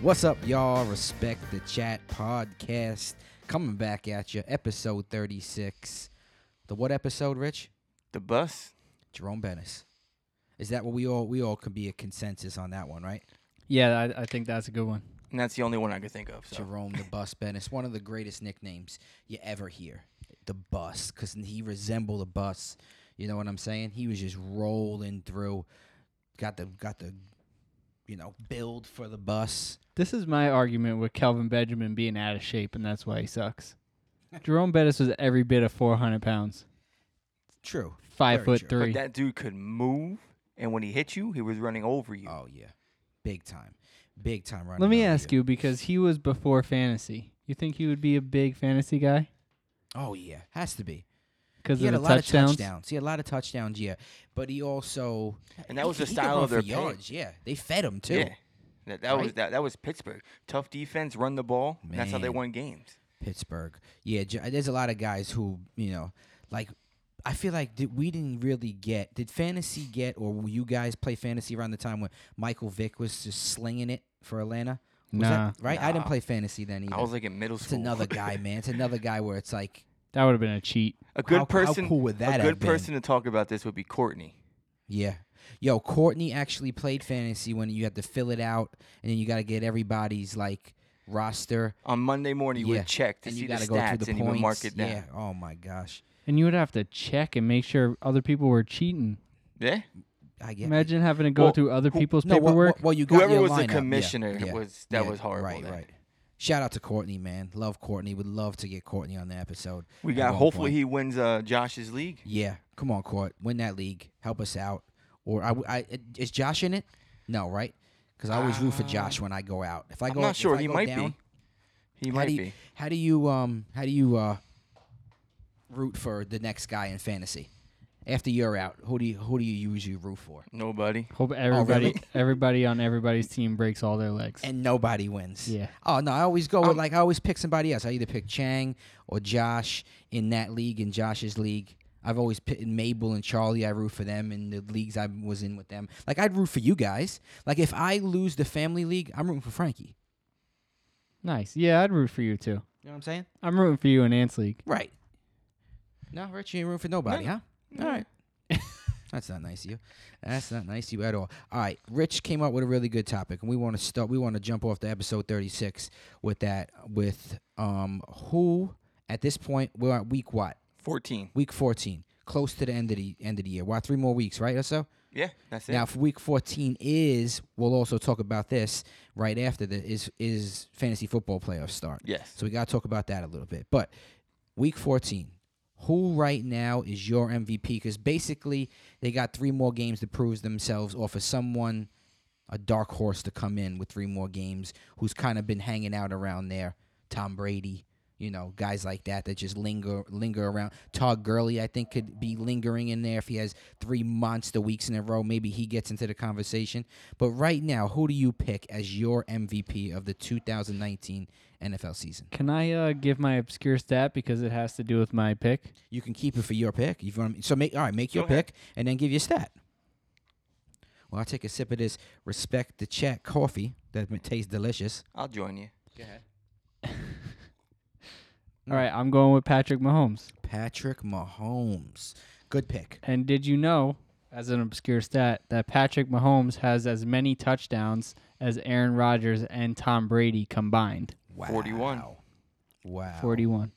What's up, y'all? Respect the Chat podcast coming back at you. Episode 36. The what episode, Rich? The bus? Jerome Bennis. Is that what we all we all can be a consensus on that one, right? Yeah, I, I think that's a good one. And that's the only one I could think of. So. Jerome the Bus Bennis, one of the greatest nicknames you ever hear. The Bus, because he resembled a bus. You know what I'm saying? He was just rolling through. Got the got the, you know, build for the bus. This is my argument with Kelvin Benjamin being out of shape, and that's why he sucks. Jerome Bettis was every bit of 400 pounds, True. Very five foot true. But three. that dude could move, and when he hit you, he was running over you. Oh yeah, big time, big time. Running Let me over ask you because he was before fantasy. You think he would be a big fantasy guy Oh yeah, has to be. because He of had the a lot touchdowns? of touchdowns. He had a lot of touchdowns. Yeah, but he also And that he was the could- he could style run of their for pay. yards. Yeah, they fed him too. Yeah. That, that was Right? that, that was Pittsburgh. Tough defense, run the ball. and That's how they Man. won games. Pittsburgh. Yeah, J- there's a lot of guys who you know, like I feel like did, we didn't really get. Did fantasy get or you guys play fantasy around the time when Michael Vick was just slinging it for Atlanta? Was Nah, that, right. I didn't Nah. play fantasy then either. I was like in middle it's school. another guy, man. It's another guy where it's like that would have been a cheat. a good how, person. How cool would that a have good been? person to talk about this would be Courtney. Yeah. Yo, Courtney actually played fantasy when you had to fill it out and then you got to get everybody's like roster On Monday morning, you Yeah. would check to and see you the got to stats go through the points. and you would mark it down. Yeah. Oh my gosh. And you would have to check and make sure other people were cheating. Yeah? I get Imagine having to go Well, through other who- people's no, well, paperwork. Well, well, you got Whoever your was lineup. the Yeah, commissioner yeah, was that yeah, was horrible. Right, that right. Shout out to Courtney, man. Love Courtney. Would love to get Courtney on the episode. We at got. one Hopefully, point. he wins uh, Josh's league. Yeah. Come on, Court. Win that league. Help us out. Or I, I is Josh in it? No, right? Cuz I always root for Josh when I go out. If I Uh, I'm go not if sure. I He go might down- be. He how might do you, be. How do you um how do you uh root for the next guy in fantasy? After you're out, who do you who do you usually root for? Nobody. Hope everybody, really? everybody on everybody's team breaks all their legs. And nobody wins. Yeah. Oh no, I always go with Um, like I always pick somebody else. I either pick Chang or Josh in that league in Josh's league. I've always picked Mabel and Charlie. I root for them in the leagues I was in with them. Like I'd root for you guys. Like if I lose the family league, I'm rooting for Frankie. nice. Yeah, I'd root for you too. You know what I'm saying? I'm rooting for you in Ants League. Right. No, Rich, you ain't room for nobody, No. huh? All right. That's not nice of you. That's not nice of you at all. All right, Rich came up with a really good topic, and we want to start. We want to jump off to episode thirty-six with that. With um, who at this point we're at week what? 14. Week fourteen, close to the end of the end of the year. Why three more weeks, right? Or so. Yeah, that's it. Now, if week 14 is, we'll also talk about this right after the is is fantasy football playoffs start. Yes. So we got to talk about that a little bit. But week 14, who right now is your MVP? Because basically, they got three more games to prove themselves, or for someone, a dark horse to come in with three more games, who's kind of been hanging out around there. Tom Brady, you know, guys like that that just linger linger around. Todd Gurley, I think, could be lingering in there if he has three monster weeks in a row. Maybe he gets into the conversation. But right now, who do you pick as your MVP of the 2019 NFL season? Can I uh, give my obscure stat because it has to do with my pick? You can keep it for your pick. You want so make all right, make your Go ahead. pick and then give your stat. Well, I'll take a sip of this respect the chat coffee that m- tastes delicious. I'll join you. All right, I'm going with Patrick Mahomes. Patrick Mahomes. Good pick. And did you know, as an obscure stat, that Patrick Mahomes has as many touchdowns as Aaron Rodgers and Tom Brady combined? Wow. 41. Wow. 41.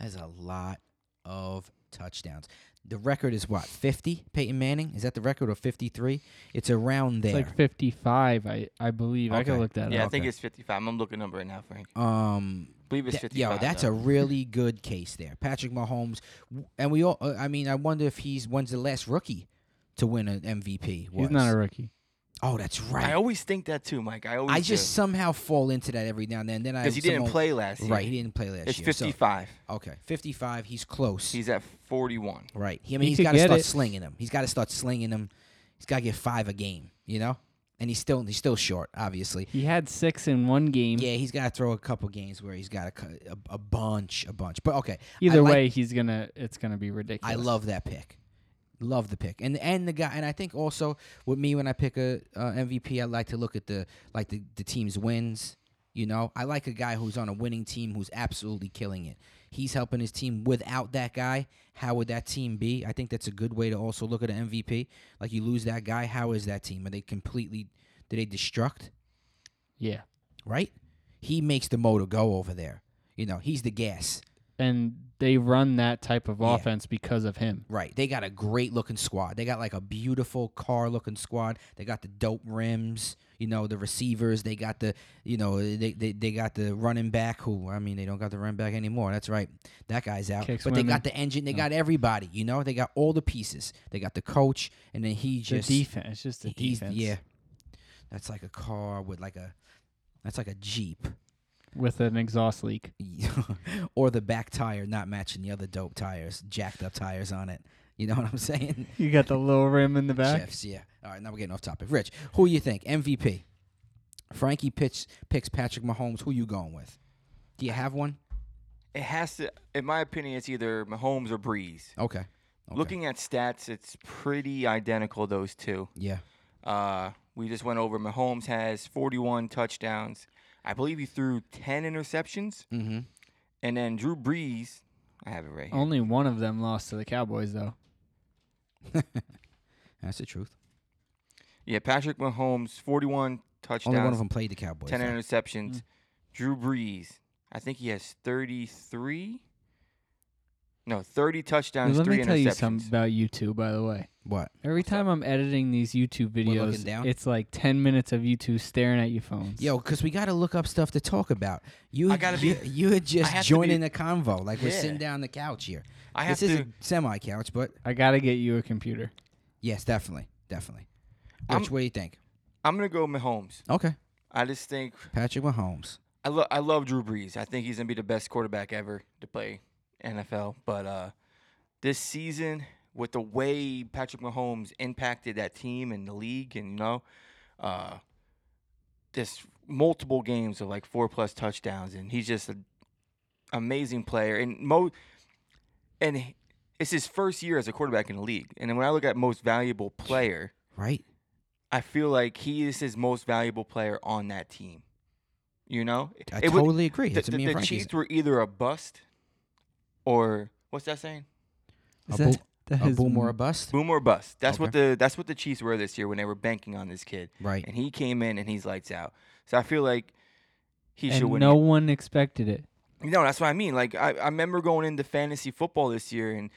That's a lot of touchdowns. The record is what? 50? Peyton Manning? Is that the record or 53? It's around there. It's like 55, I, I believe. I Okay. could look that Yeah, I up. think Uh, Okay. it's 55. I'm looking up right now, Frank. um I believe it's Th- 55. Yo, that's though. a really good case there, Patrick Mahomes. w- And we all, uh, I mean, I wonder if he's when's the last rookie to win an MVP? Was. He's not a rookie. oh, that's I right. always think that too, Mike. I always I just somehow fall into that every now and then. Then I because he didn't somehow- play last year. Right, he didn't play last It's year. so- 55. okay, fifty-five. He's close. He's at 41. right. He, I mean, He he's could got to get start it. slinging him. He's got to start slinging him. He's got to get five a game. You know, and he's still he's still short, obviously. He had six in one game. Yeah, he's got to throw a couple games where he's got a, a, a bunch, a bunch. But okay, I Either like- way, he's gonna. It's gonna be ridiculous. I love that pick. Love the pick, and and the guy, and I think also with me when I pick a uh, MVP, I like to look at the like the, the team's wins. You know, I like a guy who's on a winning team who's absolutely killing it. He's helping his team. Without that guy, how would that team be? I think that's a good way to also look at an MVP. Like you lose that guy, how is that team? Are they completely? Do they destruct? Yeah. Right? He makes the motor go over there. You know, he's the gas. And they run that type of Yeah. offense because of him. Right. They got a great looking squad. They got like a beautiful car looking squad. They got the dope rims, you know, the receivers. They got the, you know, they, they, they got the running back who, I mean, they don't got the running back anymore. That's right. That guy's out. Kicks but they women. got the engine. They got everybody, you know, they got all the pieces. They got the coach, and then he just. the defense. It's just the he's- defense. Yeah. That's like a car with like a, that's like a Jeep. With an exhaust leak. or the back tire not matching the other dope tires, jacked up tires on it. You know what I'm saying? You got the little rim in the back. Jeffs, yeah. All right, now we're getting off topic. Rich, who you think MVP? Frankie pitch, picks Patrick Mahomes. Who you going with? Do you have one? It has to, in my opinion, it's either Mahomes or Breeze. Okay. okay. Looking at stats, it's pretty identical those two. Yeah. Uh, we just went over. Mahomes has 41 touchdowns. I believe he threw 10 interceptions, Mm-hmm. and then Drew Brees. I have it right. Here. Only one of them lost to the Cowboys though. That's the truth. Yeah, Patrick Mahomes, 41 touchdowns, Only one of them played the Cowboys. 10 though. interceptions. Mm. Drew Brees, I think he has 33. No, 30 touchdowns, Let three me tell interceptions. you something about you two, by the way. What? Every time I'm editing these YouTube We're looking videos, down? it's like 10 minutes of you two staring at your phones. Yo, because we got to look up stuff to talk about. You, I gotta be- you, you had I just have to be- joining the convo. Like we're Yeah. sitting down the couch here. I have this to. is a semi couch, but I got to get you a computer. yes, definitely. Definitely. I'm- Rich, what do you think? I'm gonna go Mahomes. Okay. I just think Patrick Mahomes. I love I love Drew Brees. I think he's gonna be the best quarterback ever to play NFL. But uh, this season, with the way Patrick Mahomes impacted that team and the league, and you know, uh, this multiple games of like four plus touchdowns, and he's just an amazing player. And mo and he- it's his first year as a quarterback in the league. And then when I look at most valuable player, Right? I feel like he is his most valuable player on that team. You know, I It would- totally agree. the, It's a me the- and the Frankie's. Chiefs were either a bust or what's that saying? A Is boom- that a is boom or a bust? Boom or bust. That's what the that's what the Chiefs were this year when they were banking on this kid, Right. and he came in and he's lights out. So I feel like he should and win. no it. one expected it. no, that's what I mean. Like I, I remember going into fantasy football this year and.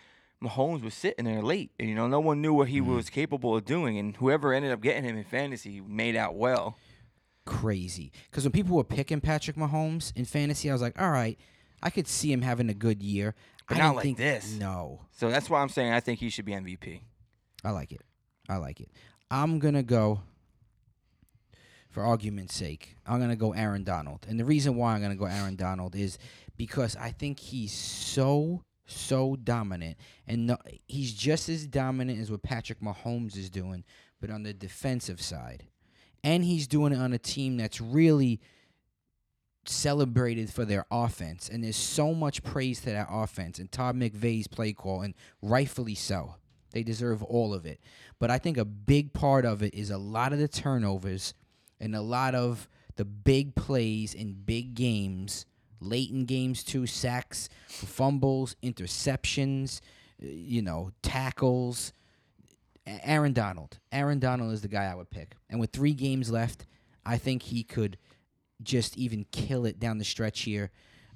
Mahomes was sitting there late, and you know no one knew what he Mm-hmm. was capable of doing, and whoever ended up getting him in fantasy made out well. crazy. Because when people were picking Patrick Mahomes in fantasy, I was like, all right, I could see him having a good year. But I not didn't like think, this. No, So that's why I'm saying I think he should be MVP. I like it. I like it. I'm gonna go. For argument's sake, I'm gonna go Aaron Donald, and the reason why I'm gonna go Aaron Donald is because I think he's so so dominant, and no, he's just as dominant as what Patrick Mahomes is doing, but on the defensive side, and he's doing it on a team that's really celebrated for their offense, and there's so much praise to that offense and Todd McVay's play call, and rightfully so. They deserve all of it. But I think a big part of it is a lot of the turnovers and a lot of the big plays in big games, late in games too, sacks, fumbles, interceptions, uh, you know, tackles. A- Aaron Donald. Aaron Donald is the guy I would pick. And with three games left, I think he could just even kill it down the stretch here.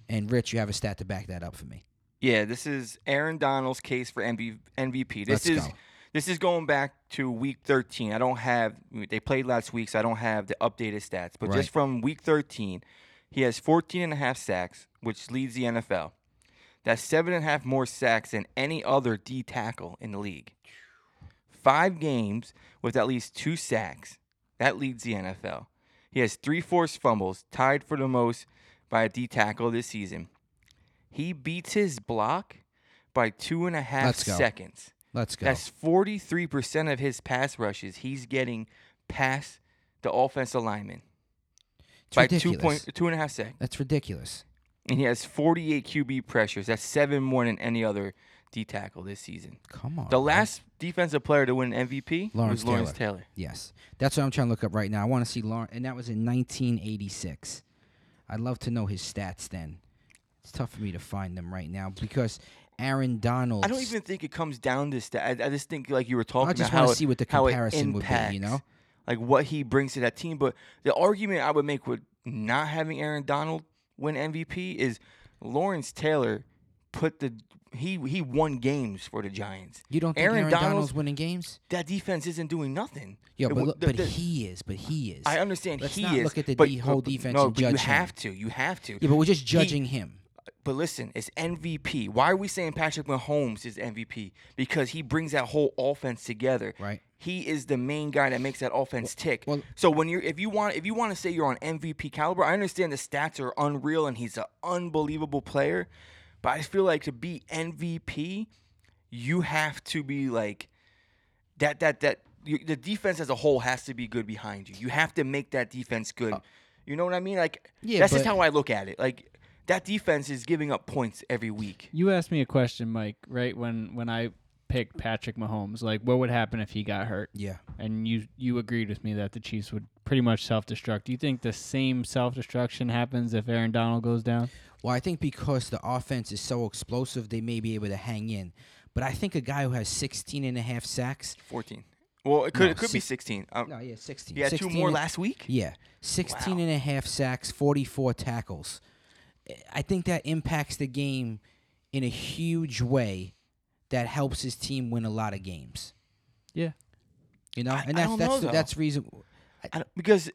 And Rich, you have a stat to back that up for me. Yeah, this is Aaron Donald's case for MV, MVP. This Let's is go. this is going back to week 13. I don't have they played last week, so I don't have the updated stats. But Right. just from week 13, he has 14 and a half sacks, which leads the NFL. That's seven and a half more sacks than any other D tackle in the league. Five games with at least two sacks. That leads the NFL. He has three forced fumbles, tied for the most by a D tackle this season. He beats his block by two and a half Let's go. seconds. Let's go. That's 43% of his pass rushes. He's getting past the offensive lineman It's by ridiculous. two point two and a half seconds. That's ridiculous. And he has 48 QB pressures. That's seven more than any other D tackle this season. Come on. The man. last defensive player to win MVP Lawrence was Lawrence Taylor. Yes, that's what I'm trying to look up right now. I want to see Lawrence, and that was in 1986. I'd love to know his stats then. It's tough for me to find them right now because Aaron Donald. I don't even think it comes down to stat. I, I just think like you were talking I just about want how to see what the how it comparison would be. You know, impacts, like what he brings to that team. But the argument I would make with not having Aaron Donald win MVP is Lawrence Taylor put the he he won games for the Giants. you don't think Aaron, Aaron Donald's, Donald's- winning games? That defense isn't doing nothing. Yeah, It but w- look, the- but the- he is. But he is. I understand Let's he not is. look at the but, de- whole but- defense No, and but you judge him. have to. You have to. yeah, but we're just He- judging him. But listen, it's MVP. Why are we saying Patrick Mahomes is MVP? Because he brings that whole offense together. Right. He is the main guy that makes that offense tick. well- so when you're if you want if you want to say you're on MVP caliber, I understand the stats are unreal and he's an unbelievable player, but I feel like to be MVP, you have to be like that that that you, the defense as a whole has to be good behind you. You have to make that defense good. you know what I mean? Like Uh, Yeah, that's just but- how I look at it. Like that defense is giving up points every week. You asked me a question, Mike, right when when I picked Patrick Mahomes, like what would happen if he got hurt? Yeah. And you you agreed with me that the Chiefs would pretty much self-destruct. Do you think the same self-destruction happens if Aaron Donald goes down? Well, I think because the offense is so explosive, they may be able to hang in. But I think a guy who has 16 and a half sacks. 14. Well, it could No, it could be six- 16. Um, No, yeah, 16. he had 16 two more and- last week. Yeah. 16 Wow. and a half sacks, 44 tackles. I think that impacts the game in a huge way that helps his team win a lot of games. Yeah. You know, I- I and that's don't that's know, the- though. that's reason I don't- because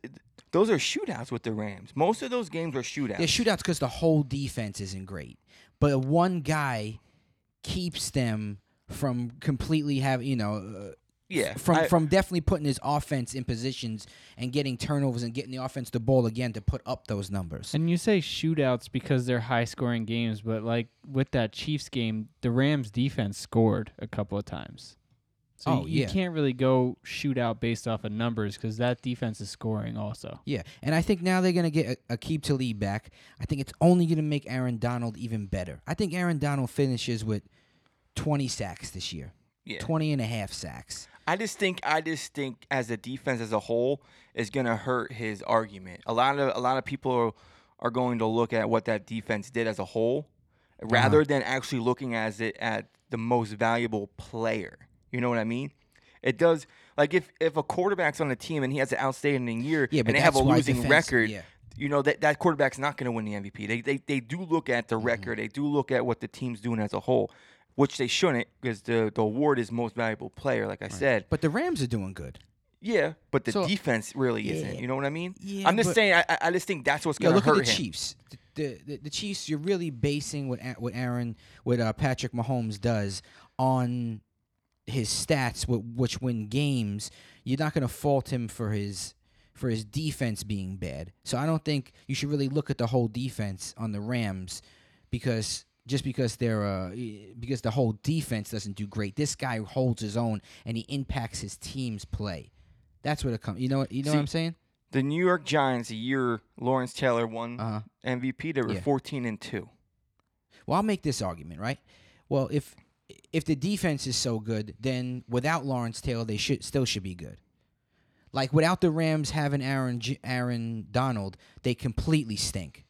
those are shootouts with the Rams. Most of those games are shootouts. their shootouts because the whole defense isn't great, but one guy keeps them from completely having you know uh, yeah. from I- from definitely putting his offense in positions and getting turnovers and getting the offense the ball again to put up those numbers. And you say shootouts because they're high-scoring games, but like with that Chiefs game, the Rams defense scored a couple of times. So Oh, you, you yeah. can't really go shootout based off of numbers because that defense is scoring also. Yeah, and I think now they're going to get a Akeem Talib back. I think it's only going to make Aaron Donald even better. I think Aaron Donald finishes with 20 sacks this year, yeah. 20 and a half sacks. I just think I just think as a defense as a whole is gonna hurt his argument. A lot of a lot of people are, are going to look at what that defense did as a whole, Uh-huh. rather than actually looking as it at the most valuable player. You know what I mean? It does like if if a quarterback's on a team and he has an outstanding year Yeah, but and they have a that's why losing defense- record. yeah. You know that that quarterback's not going to win the MVP. They, they they do look at Mm-hmm. the record. They do look at what the team's doing as a whole, which they shouldn't because the the award is most valuable player. Like I said, But the Rams are doing good. yeah, but the So- defense really isn't. Yeah. You know what I mean? Yeah, I'm just but- saying. I- I, I just think that's what's Yeah, gonna look at hurt the him. Chiefs. The, the the Chiefs. You're really basing what A- what Aaron what uh, Patrick Mahomes does on his stats, wh- which win games. You're not going to fault him for his for his defense being bad. So I don't think you should really look at the whole defense on the Rams because just because they're uh, e- because the whole defense doesn't do great. This guy holds his own and he impacts his team's play. That's what it comes. You know what you know what See, I'm saying? The New York Giants, the year Lawrence Taylor won Uh-huh. MVP, they were Yeah. 14 and two. Well, I'll make this argument, right? Well, if if the defense is so good, then without Lawrence Taylor, they should still should be good. Like without the Rams having Aaron J- Aaron Donald, they completely stink.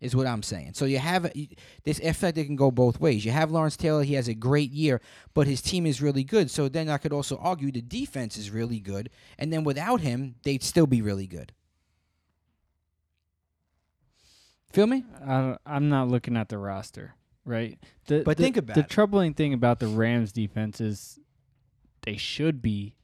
Is what I'm saying. So you have a- you- this effect that can go both ways. You have Lawrence Taylor; he has a great year, but his team is really good. So then I could also argue the defense is really good, and then without him, they'd still be really good. Feel me? I don't- I'm not looking at the roster, right? The, But the- think about the it. troubling thing about the Rams defense is they should be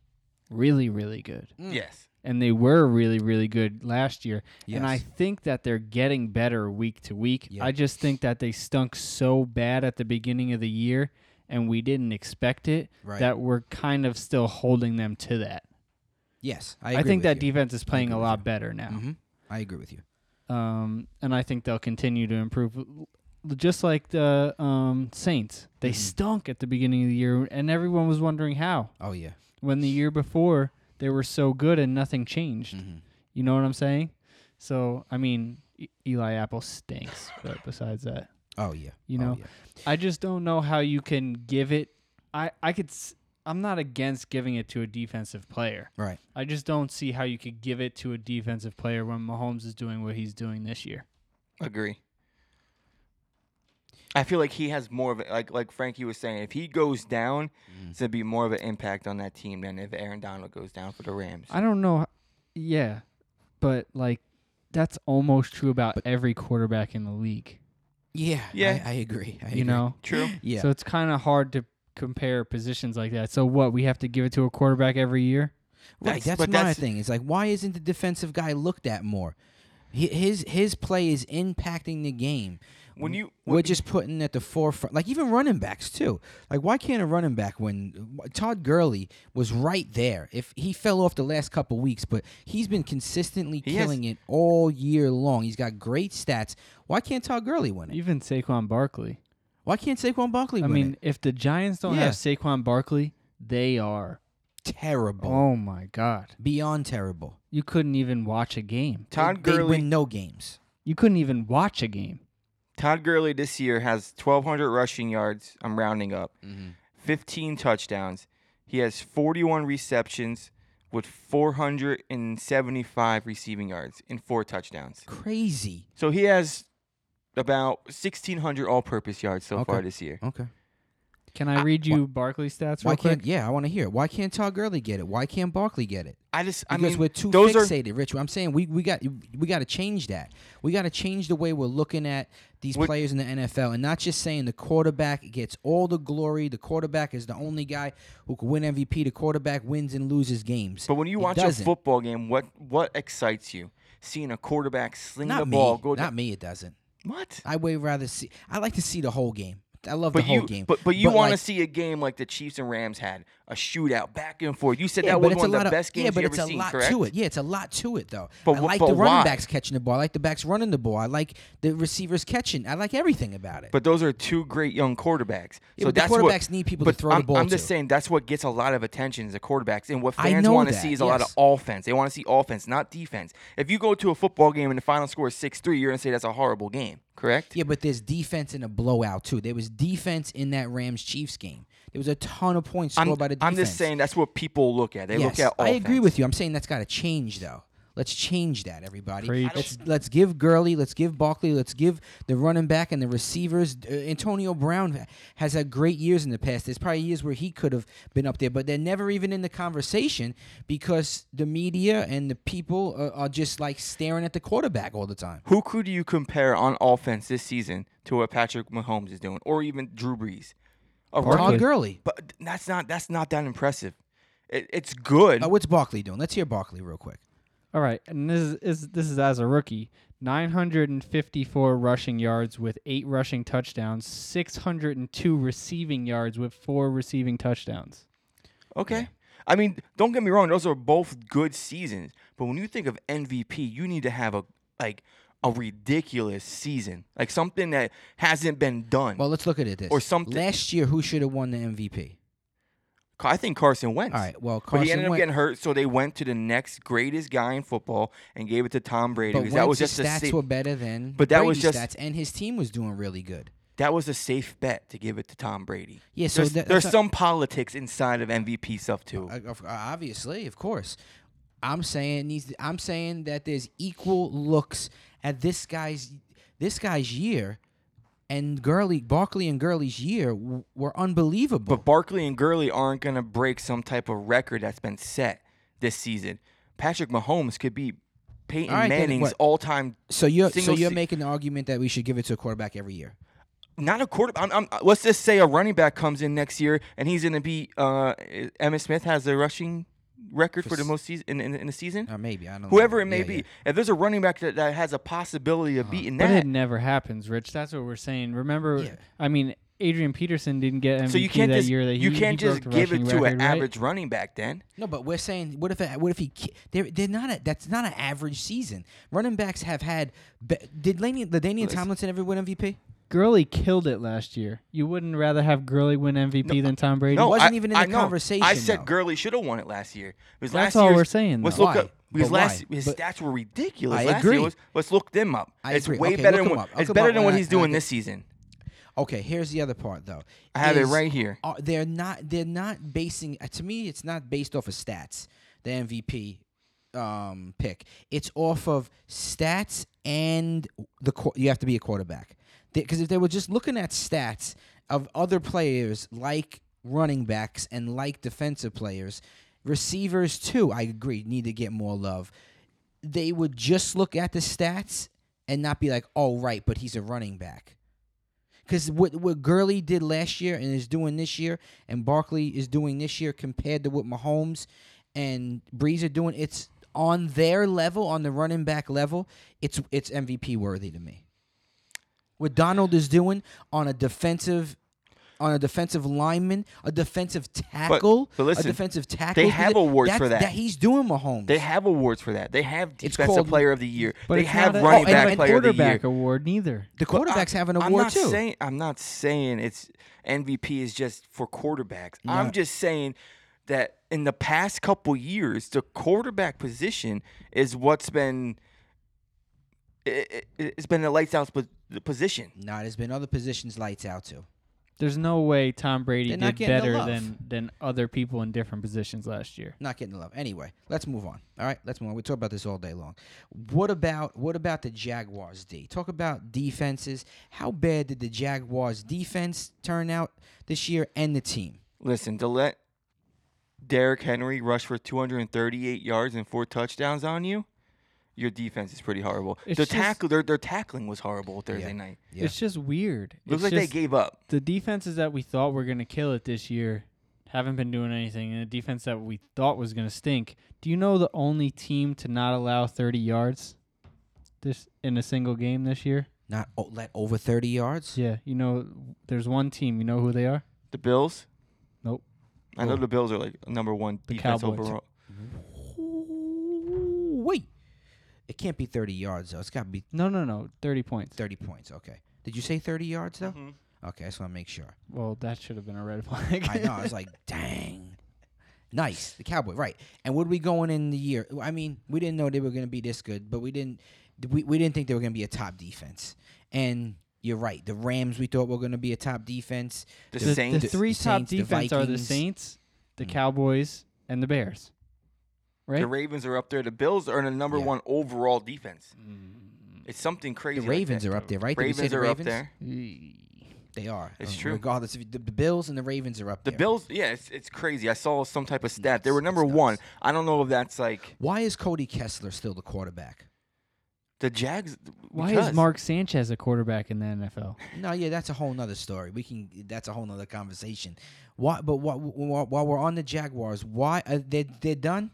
really, really good, Mm. Yes. and they were really, really good last year. And I Yes. think that they're getting better week to week. Yeah. I just think that they stunk so bad at the beginning of the year, and we didn't expect it. Right. That we're kind of still holding them to that. Yes, I. I, Agree think with that you. defense is playing a agree with lot you. Mm-hmm. better now. hmm I agree with you. um, and I think they'll continue to improve. L- Just like the um, Saints, they Mhm. stunk at the beginning of the year, and everyone was wondering how. Oh yeah. When the year before they were so good and nothing changed, Mm-hmm. hmm you know what I'm saying? So I mean, E- Eli Apple stinks, but besides that, Oh yeah. You Oh, know? yeah. I just don't know how you can give it. I I could. s- I'm not against giving it to a defensive player. Right. I just don't see how you could give it to a defensive player when Mahomes is doing what he's doing this year. Agree. I feel like he has more of it, like like Frankie was saying. If he goes down, Mm. it's gonna be more of an impact on that team than if Aaron Donald goes down for the Rams. I don't know. Yeah, but like that's almost true about But- every quarterback in the league. Yeah. Yeah. I, I agree. I you agree. know, True. Yeah. so it's kind of hard to compare positions like that. So what we have to give it to a quarterback every year? Right, That's- that's, but my that's- thing. It's like why isn't the defensive guy looked at more? Hi- His his play is impacting the game. When you We're just putting at the forefront, like even running backs too. Like why can't a running back when Todd Gurley was right there? If he fell off the last couple weeks, but he's been consistently He has- killing it all year long. He's got great stats. Why can't Todd Gurley win it? Even Saquon Barkley. Why can't Saquon Barkley I win mean, it? if the Giants don't Yeah. have Saquon Barkley, they are Terrible, oh my god. beyond terrible. You couldn't even watch a game. Todd they, they Gurley, win no games. You couldn't even watch a game. Todd Gurley this year has 1,200 rushing yards. I'm rounding up. Mm-hmm. 15 touchdowns. He has 41 receptions with 475 receiving yards and four touchdowns. Crazy. So he has about 1,600 all-purpose yards so Okay. far this year. Okay. Can I I- read why- you Barkley stats real Why quick? can't yeah? I want to hear. it. Why can't Todd Gurley get it? Why can't Barkley get it? I just, I Because mean, we're too those are fixated, Rich. I'm saying we, we got we got to change that. We got to change the way we're looking at these What- players in the NFL, and not just saying the quarterback gets all the glory. The quarterback is the only guy who can win MVP. The quarterback wins and loses games. But when you It watch a doesn't. football game, what what excites you? Seeing a quarterback sling not the me, ball, go not down. me. It doesn't. What? I would rather see. I like to see the whole game. I love But the whole you, game. but but you want to like, see a game like the Chiefs and Rams had, a shootout, back and forth. You said Yeah, that but was it's one a of lot the best games yeah, but you it's ever a seen, lot correct? to it. Yeah, it's a lot to it though. But I wh- like but the running why? backs catching the ball. I like the backs running the ball. I like the receivers catching. I like everything about it. But those are two great young quarterbacks. Yeah, so but the that's quarterbacks what, need people to but throw the I'm, ball I'm just to. saying that's what gets a lot of attention is the quarterbacks, and what I fans know want to that, see is a lot of yes. offense. They want to see offense, not defense. If you go to a football game and the final score is six three, you're gonna say that's a horrible game, correct? Yeah, but there's defense in a blowout too. There was defense in that Rams Chiefs game. There was a ton of points scored I'm, by the defense. I'm just saying that's what people look at. They yes, look at. I agree offense. with you. I'm saying that's got to change though. Let's change that, everybody. Preach. Let's let's give Gurley, let's give Barkley, let's give the running back and the receivers. Uh, Antonio Brown ha- has had great years in the past. There's probably years where he could have been up there, but they're never even in the conversation because the media and the people uh, are, are just like staring at the quarterback all the time. Who could you compare on offense this season to what Patrick Mahomes is doing, or even Drew Brees? A Todd rookie, Gurley. but that's not that's not that impressive. It, it's good. Uh, what's Barkley doing? Let's hear Barkley real quick. All right, and this is, is this is as a rookie, 954 rushing yards with eight rushing touchdowns, 602 receiving yards with four receiving touchdowns. Okay. I mean, don't get me wrong; those are both good seasons. But when you think of MVP, you need to have a like a ridiculous season, like something that hasn't been done. Well, let's look at it this. Or something- Last year, who should have won the MVP? Ca- I think Carson Wentz. All right. Well, But Carson he ended up Wentz- getting hurt, so they went to the next greatest guy in football and gave it to Tom Brady. but because that was Wentz's just a stats safe, were better than But that was Brady's just- stats, and his team was doing really good. that was a safe bet to give it to Tom Brady. Yeah, so there's, that- there's that's some politics inside of MVP stuff too. Uh, of- uh, Obviously, of course. I'm saying it needs. to- I'm saying that there's equal looks at this guy's this guy's year, and Gurley, Barkley, and Gurley's year w- were unbelievable. But Barkley and Gurley aren't going to break some type of record that's been set this season. Patrick Mahomes could be Peyton All right, then, Manning's what- all-time so you're so single you're se- making the argument that we should give it to a quarterback every year. not a quarterback. I'm, I'm, let's just say a running back comes in next year and he's going to be uh Emmitt Smith has the rushing record for, the most season in, in, in the season. Or Uh, maybe I don't. know. Whoever it may Oh, Yeah, be, yeah. if there's a running back that, that has a possibility of beating But that, it never happens, Rich. That's what we're saying. Remember, Yeah. I mean, Adrian Peterson didn't get MVP so you can't that just year. That he, you can't he broke just the give it rushing to record, an right? average running back then. No, but we're saying what if what if he ki- they're they're not a, that's not an average season. Running backs have had be, did Laney, Ladainian Listen. Tomlinson ever win MVP? Gurley killed it last year. You wouldn't rather have Gurley win MVP than Tom Brady? No, wasn't I- even in the I know. conversation, I said though. Gurley should have won it last year. Because That's last all year's- we're saying, Let's though. look Why? up because But last why? his But- stats were ridiculous. I last agree. year was, let's look them up. I it's agree. way Okay, better look than him what up. Look it's him better up than when what I- he's when I doing get- this season. Okay, here's the other part though. I have is- it right here. are, they're not they're not basing uh, to me it's not based off of stats the MVP um, pick it's off of stats and the qu- you have to be a quarterback because if they were just looking at stats of other players like running backs and like defensive players receivers too I agree need to get more love they would just look at the stats and not be like oh right but he's a running back because what what Gurley did last year and is doing this year, and Barkley is doing this year compared to what Mahomes and Breeze are doing, it's on their level, on the running back level, it's it's MVP worthy to me. What Donald is doing on a defensive. On a defensive lineman, a defensive tackle, but listen, a defensive tackle. have awards that's- for that. That he's doing Mahomes. They have awards for that. They have It's defensive called- player of the year. But they it's have not Oh, running and- back and player of the year. quarterback award neither. the But quarterbacks I, have an I'm award not too. Saying, I'm not saying it's MVP is just for quarterbacks. No. I'm just saying that in the past couple years, the quarterback position is what's been it, it, it's been the lights out pos- the position. nah, there's been other positions lights out too. There's no way Tom Brady They're not did getting the better love. than than other people in different positions last year. not getting the love. Anyway, let's move on. All right, let's move on. We talk about this all day long. What about what about the Jaguars D? Talk about defenses. How bad did the Jaguars defense turn out this year and the team? Listen, to let Derrick Henry rush for 238 yards and four touchdowns on you, your defense is pretty horrible. It's The just- tackle, their, their tackling was horrible Thursday night. Yeah. It's just weird. Looks It's like just- they gave up. the defenses that we thought were going to kill it this year haven't been doing anything, and the defense that we thought was going to stink. Do you know the only team to not allow 30 yards this in a single game this year? Not o- let over thirty yards. Yeah, you know, there's one team. You know who they are? The Bills? Nope. I know Who? the Bills are like number one The defense Cowboys. overall. Ooh, Wait, it can't be thirty yards though. It's got to be No, no, no. 30 points. thirty points. Okay. Did you say thirty yards though? Mm-hmm. Okay, I just want to make sure. Well, that should have been a red flag. I know. I was like, dang. Nice. The Cowboy, right. And what are we going in the year? I mean, we didn't know they were going to be this good, but we didn't we, we didn't think they were going to be a top defense. And you're right. The Rams we thought were going to be a top defense. The, the, Saints. the three top Saints, the defense are the Vikings. Saints, the Mm. Cowboys, and the Bears. Right? The Ravens are up there. The Bills are the number Yeah. one overall defense. Mm. It's something crazy. like Ravens that. are up there, right? Did we say Ravens the are Ravens? up there. They are. It's uh, true. Regardless if you- the, the Bills and the Ravens are up The there. Bills, yeah, it's, it's crazy. I saw some type of stat. They Nuts. were number It's one. nuts. I don't know if that's like Why is Cody Kessler still the quarterback? the Jags. Why because is Mark Sanchez a quarterback in the NFL? No, yeah, that's a whole nother story. We can that's a whole nother conversation. Why? But why, why, while we're on the Jaguars, why uh, they they're done?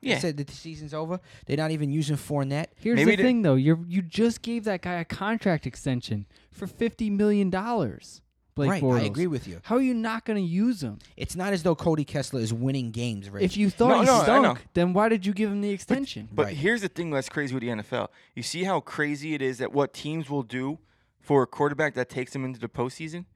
They Yeah. said that the season's over. They're not even using Fournette. Here's Maybe the the- thing, though. You you just gave that guy a contract extension for fifty million dollars. Blake right, Bortles. I agree with you. How are you not going to use him? It's not as though Cody Kessler is winning games, Rich. If you thought No, he no, I stunk, know. then why did you give him the extension? But Right. here's the thing that's crazy with the NFL. You see how crazy it is that what teams will do for a quarterback that takes them into the postseason?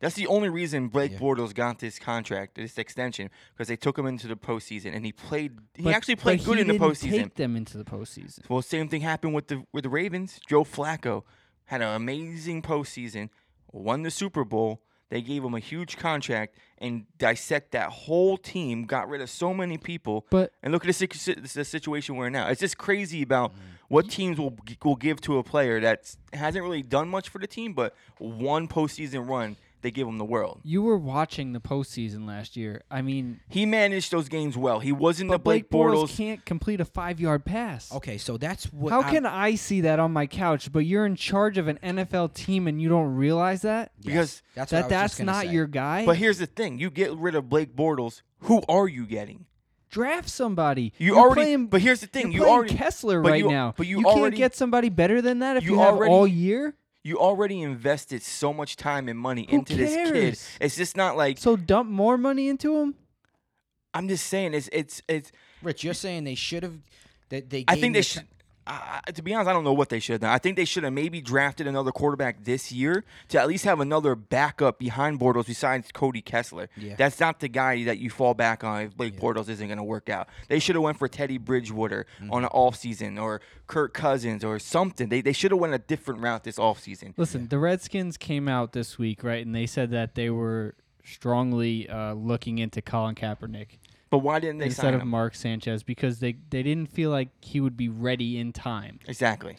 That's the only reason Blake Yeah. Bortles got this contract, this extension, because they took him into the postseason and he played. He But- actually played but good he in the didn't postseason. Take them into the postseason. Well, same thing happened with the with the Ravens. Joe Flacco had an amazing postseason, won the Super Bowl. They gave him a huge contract and dissect that whole team. Got rid of so many people. But And look at the, situ- the situation we're in now. It's just crazy about what teams will g- will give to a player that hasn't really done much for the team, but one postseason run they give him the world. you were watching the postseason last year. I mean, He managed those games well. He wasn't the but Blake, Bortles. can't complete a five-yard pass. okay, so that's what. How I- can I see that on my couch? But you're in charge of an NFL team, and you don't realize that. Yes, because- that's what I was that just that's gonna not say. your guy. But here's the thing: you get rid of Blake Bortles. Who are you getting? draft somebody. You You're already. playing- but here's the thing: you you're playing already Kessler but right you- now. But you, can't already get somebody better than that if you, you have already- all year. you already invested so much time and money Who into this kid. cares? It's just not like So dump more money into him. I'm just saying. It's it's it's. Rich, you're saying they should have. That they. I gave him think they the should. ti- I, I- to be honest, I don't know what they should have done. I think they should have maybe drafted another quarterback this year to at least have another backup behind Bortles besides Cody Kessler. Yeah. That's not the guy that you fall back on if Blake Bortles isn't going to work out. They should have went for Teddy Bridgewater Mm-hmm. on an offseason or Kirk Cousins or something. They, they should have went a different route this offseason. Listen, the Redskins came out this week, right, and they said that they were strongly uh, looking into Colin Kaepernick But why didn't they instead sign of him? Mark Sanchez because they they didn't feel like he would be ready in time. exactly.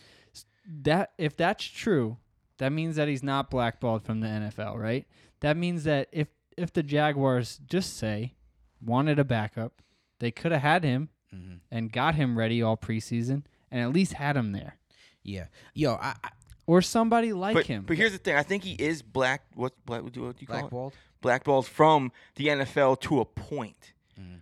That if that's true, that means that he's not blackballed from the NFL, right? That means that if if the Jaguars just say wanted a backup, they could have had him Mm-hmm. and got him ready all preseason and at least had him there Yeah. Yo, I, I or somebody like But, him. but here's the thing. I think he is black. What, black, what do you call it? blackballed. blackballed from the NFL to a point.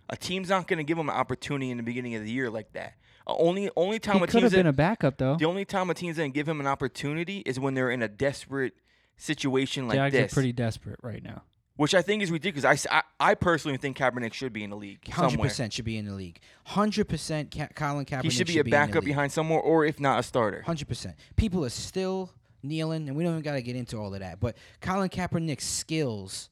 A team's not going to give him an opportunity in the beginning of the year like that. Uh, only only time he a could team's have been in- a backup though. the only time a team's going to give him an opportunity is when they're in a desperate situation like Jags this, are pretty desperate right now. which I think is ridiculous. I s- I, I personally think Kaepernick should be in the league Hundred somewhere. percent should be in the league. Hundred percent, Ka- Colin Kaepernick He should be a backup behind somewhere, or if not a starter. Hundred percent. People are still kneeling, and we don't even got to get into all of that. But Colin Kaepernick's skills,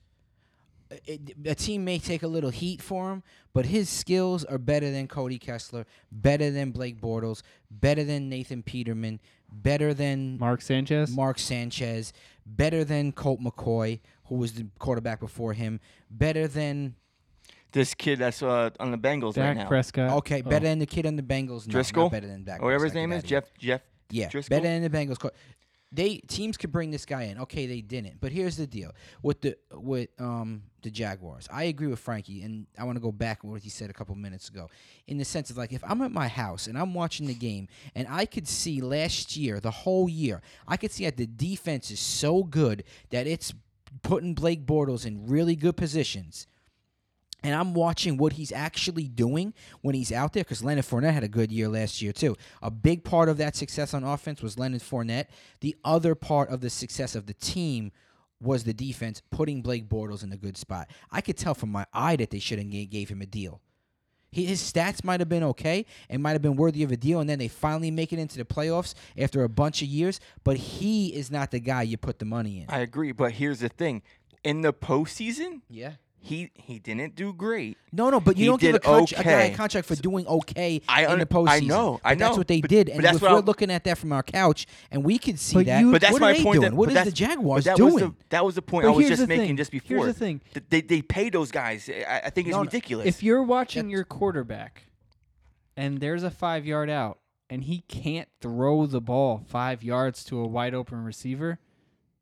uh, it- it, a team may take a little heat for him, but his skills are better than Cody Kessler, better than Blake Bortles, better than Nathan Peterman, better than Mark Sanchez. Mark Sanchez, better than Colt McCoy, who was the quarterback before him, better than This kid that's uh, on the Bengals right Dak now, Prescott. Oh. okay, better than the kid on the Bengals, no, not Driscoll? better than Dak or whatever his Prescott, name get is, outta here. Jeff Jeff Yeah, Driscoll. better than the Bengals. co- They teams could bring this guy in. Okay, they didn't. But here's the deal with the with um the Jaguars. I agree with Frankie, and I want to go back to what he said a couple minutes ago. In the sense of like, if I'm at my house and I'm watching the game, and I could see last year the whole year, I could see that the defense is so good that it's putting Blake Bortles in really good positions and I'm watching what he's actually doing when he's out there because Leonard Fournette had a good year last year too. A big part of that success on offense was Leonard Fournette. The other part of the success of the team was the defense putting Blake Bortles in a good spot. I could tell from my eye that they shouldn't ga- gave him a deal. He- His stats might have been okay and might have been worthy of a deal, and then they finally make it into the playoffs after a bunch of years. But he is not the guy you put the money in. I agree, but here's the thing: in the postseason, Yeah. he he didn't do great. No, no, but you He don't give a, did con- a guy okay. a contract for doing okay I in un- the postseason. I know, I But That's know, what they but- did, but and that's if what we're I'm- looking at that from our couch, and we can see But that. you- but But that's what my are they point. doing? That, what but is that's- the Jaguars but that doing? Was the, that was the point But I was here's just the making thing. just before. Here's the thing. Th- They, they pay those guys. I, I think it's No, no. ridiculous. If you're watching That's- your quarterback and there's a five yard out and he can't throw the ball five yards to a wide open receiver,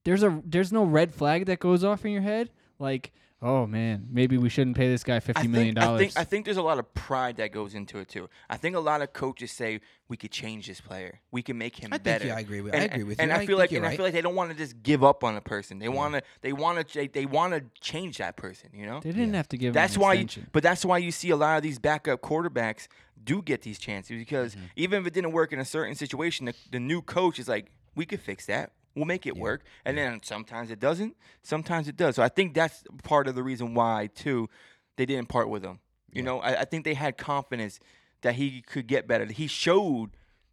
there's a there's no red flag that goes off in your head like, oh man, maybe we shouldn't pay this guy I fifty think, million I dollars. think I think there's a lot of pride that goes into it too. I think a lot of coaches say we could change this player. We can make him I think better. you- I agree with- I and, agree with and you. I I feel think like you're and I right. feel like they don't want to just give up on a person. They want to they want to they, they want to change that person, you know? they didn't have to give That's him an why, you, extension. but that's why you see a lot of these backup quarterbacks do get these chances because Mm-hmm. even if it didn't work in a certain situation, the, the new coach is like, we could fix that. We'll make it work. And then sometimes it doesn't, sometimes it does. So I think that's part of the reason why too they didn't part with him. You know, I, I think they had confidence that he could get better. He showed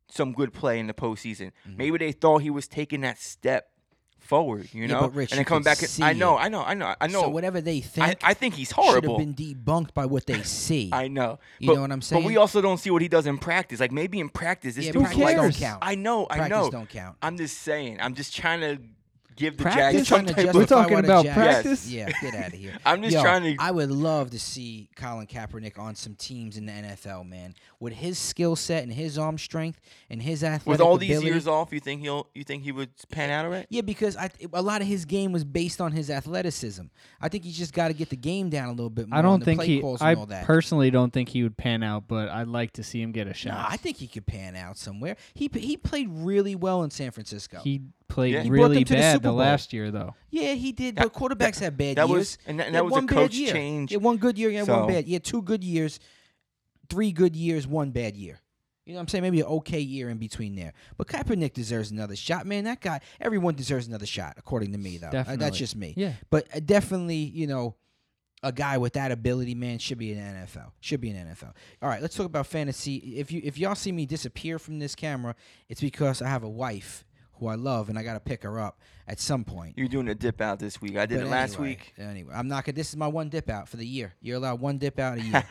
some good play in the postseason. Mm-hmm. Maybe they thought he was taking that step forward. You Yeah, know, but Rich, and you then coming could back. see I know, it. I know, I know, I know. so whatever they I, think I think he's should horrible. have been debunked by what they see. I know. You but, know what I'm But saying? we also don't see what he does in practice. Like maybe in practice, this Yeah, dude's practice like, cares? don't count. I know, I Practice know. don't count. I'm just saying. I'm just trying to give the Jags Practice? some Trying to type justify of. We're talking why the about Jags- practice? Yeah, get out of here. I'm just Yo, trying to- I would love to see Colin Kaepernick on some teams in the NFL, man. With his skill set and his arm strength and his athletic With all these ability, years off, you think he'll? You think he would pan out all right? Yeah, because I a lot of his game was based on his athleticism. I think he's just got to get the game down a little bit more. I on don't the think play he. calls I and all that. personally don't think he would pan out, but I'd like to see him get a shot. Nah, I think he could pan out somewhere. He p- he played really well in San Francisco. he played Yeah. He brought them really to the bad Super the Bowl. last year, though. yeah, he did. But quarterbacks have bad that years. was- and that- He and had that was a one bad coach year. change. Yeah, one good year. Yeah, one So- bad. Yeah, two good years, three good years, one bad year. You know what I'm saying? Maybe an okay year in between there. But Kaepernick deserves another shot, man. That guy, everyone deserves another shot, according to me, though. Uh, Definitely. That's just me. Yeah. But uh, definitely, you know, a guy with that ability, man, should be in the NFL. Should be in the NFL. All right, let's talk about fantasy. If you if y'all see me disappear from this camera, it's because I have a wife who I love, and I got to pick her up at some point. You're doing a dip out this week. I did But it last anyway, week. Anyway, I'm not gonna. This is my one dip out for the year. You're allowed one dip out a year.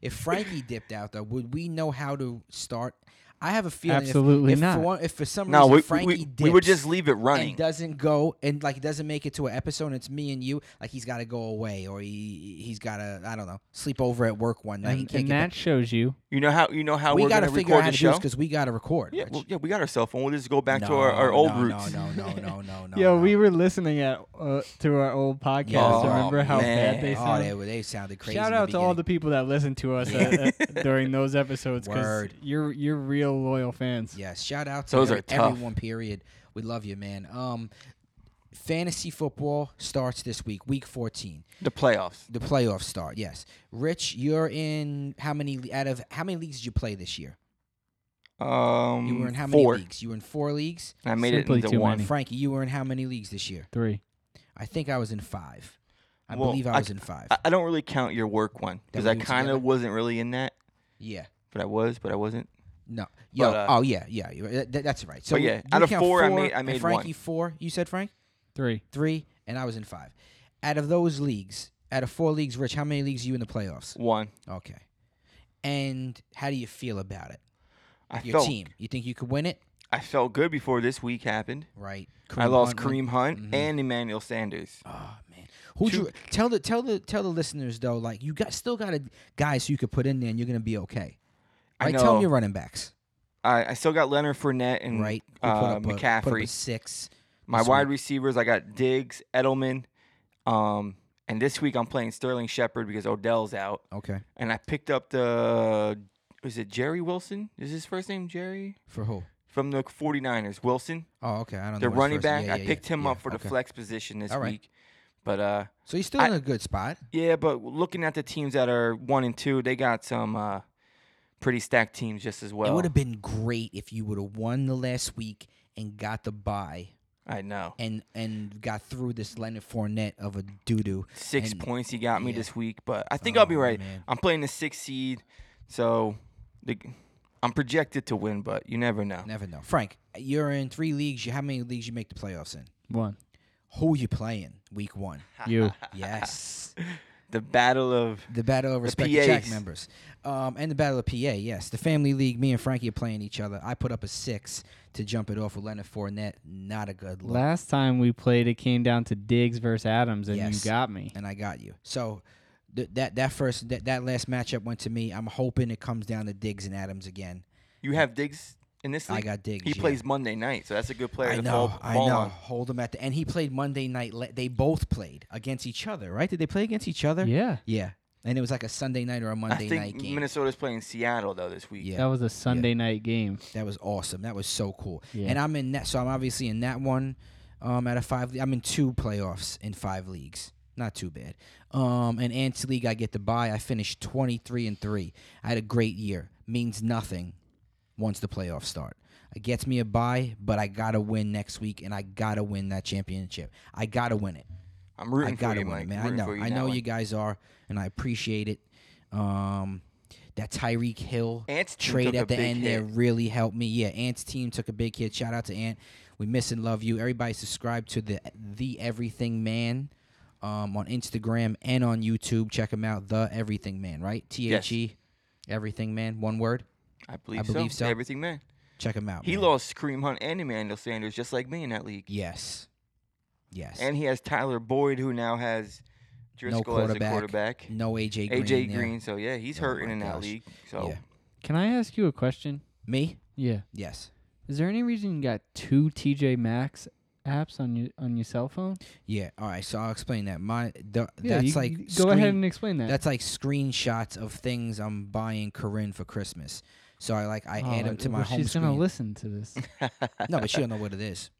if Frankie dipped out, though, would we know how to start? I have a feeling. if- Absolutely if, not. For one, if for some No, reason we, Frankie we, dips we would just leave it running. and doesn't go and like doesn't make it to an episode, and it's me and you. Like he's got to go away, or he he's got to I don't know sleep over at work one night. he And, can't and get back. that shows you. You know how you know how we are gotta gonna figure out record how the to do show. this because we got to record. yeah, Rich. well, yeah, we got our cell phone. We'll just go back to No, our, our old no, roots. No, no, no, no, no, no. Yo, no. we were listening at uh, to our old podcast. Yeah. Remember how Oh, bad they man. Oh, sounded? they, were- they sounded crazy. in Shout the out to all beginning. the people that listened to us uh, uh, during those episodes because Word. you're you're real loyal fans. Yes, shout out to Those are every- tough. everyone. Period. We love you, man. Um, fantasy football starts this week, week fourteen. The playoffs. The playoffs start. Yes, Rich, you're in how many le- out of how many leagues did you play this year? Um, You were in how many four. leagues? You were in four leagues. I made Simply it too into one. many. Frankie, you were in how many leagues this year? Three. I think I was in five. I Well, believe I I- was in five. I, I don't really count your work one because we I do kind together? of wasn't really in that, yeah. but I was, but I wasn't. No. Yo. But, uh, oh yeah. Yeah. you- that- that- that's right. So but yeah, you out of count four, I made- I and made Frankie one. four. You said Frank. Three. three, and I was in five. Out of those leagues, out of four leagues, Rich, how many leagues are you in the playoffs? One. Okay. And how do you feel about it? I Your felt team. You think you could win it? I felt good before this week happened. Right. I lost Hunt win- Kareem Hunt Mhm. and Emmanuel Sanders. Oh man. Who'd Two- you tell the tell the tell the listeners though, like you got still got a guys who you could put in there and you're gonna be okay. I Right? Tell know. them your running backs. I, I still got Leonard Fournette and Right. Who uh, put up A, put up McCaffrey. a six. My this wide receivers, I got Diggs, Edelman, um, and this week I'm playing Sterling Shepard because Odell's out, Okay. and I picked up the is it Jerry Wilson? Is his first name Jerry For who? from the 49ers? Wilson, Oh, okay. I don't the know. what his running first- back. yeah, I yeah, picked yeah, him yeah, up for okay. the flex position this All right. week, but uh, So he's still I- in a good spot. yeah, but looking at the teams that are one and two, they got some uh, pretty stacked teams just as it well. would have been great if you would have won the last week and got the bye I know. and and got through this Leonard Fournette of a doo doo. Six and- points he got me yeah. this week, but I think I'll be Oh, right. man. I'm playing the sixth seed, so the, I'm projected to win, but you never know. Never know. Frank, you're in three leagues. You, how many leagues you make the playoffs in? One. Who you playing week one? You. Yes, The battle of the battle of The respected Jack PAs. members, um, and the battle of PA. Yes, the family league. Me and Frankie are playing each other. I put up a six to jump it off with Leonard Fournette. Not a good look, Last time we played, it came down to Diggs versus Adams, and Yes. you got me. and I got you. So. Th- that that first that, that last matchup went to me. I'm hoping it comes down to Diggs and Adams again. you have Diggs in this I league. got Diggs. he yeah. plays Monday night, so that's a good player I to know, fall, I fall know. on. Hold him at the and he played Monday night. Le- they both played against each other, right? Did they play against each other? Yeah. Yeah. and it was like a Sunday night or a Monday I think night game. Minnesota's playing Seattle though this week. yeah, That was a Sunday night game. that was awesome. That was so cool. Yeah. And I'm in that, so I'm obviously in that one. Um, out of five, I'm in two playoffs in five leagues. Not too bad. Um, and ants league, I get to buy. I finished 23 and three. I had a great year. Means nothing once the playoffs start. It gets me a buy, but I gotta win next week, and I gotta win that championship. I gotta win it. I'm I rooting for gotta you, win Mike. it, man. I Rooting know. for I in that know one. you guys are, and I appreciate it. Um, that Tyreek Hill Ant's team trade took a at the big end hit. there really helped me. Yeah, Ant's team took a big hit. Shout out to Ant. We miss and love you. Everybody subscribe to the the Everything Man um, on Instagram and on YouTube. Check him out. The Everything Man, right? T H E, Everything Man. One word. I believe, believe so. Everything man. Check him out. He man. lost Kareem Hunt and Emmanuel Sanders just like me in that league. Yes. Yes. And he has Tyler Boyd who now has Driscoll as quarterback. a quarterback. no AJ Green. AJ there. Green, so yeah, he's Oh hurting my in that gosh. league. So Yeah. Can I ask you a question? Me? Yeah. Yes. Is there any reason you got two TJ Maxx apps on your on your cell phone? Yeah. All right. So I'll explain that. My the, Yeah, that's you- like you go screen- ahead and explain that. that's like screenshots of things I'm buying Corinne for Christmas. So I like I Oh, add them to my well, home She's screen. gonna listen to this. no, but she don't know what it is.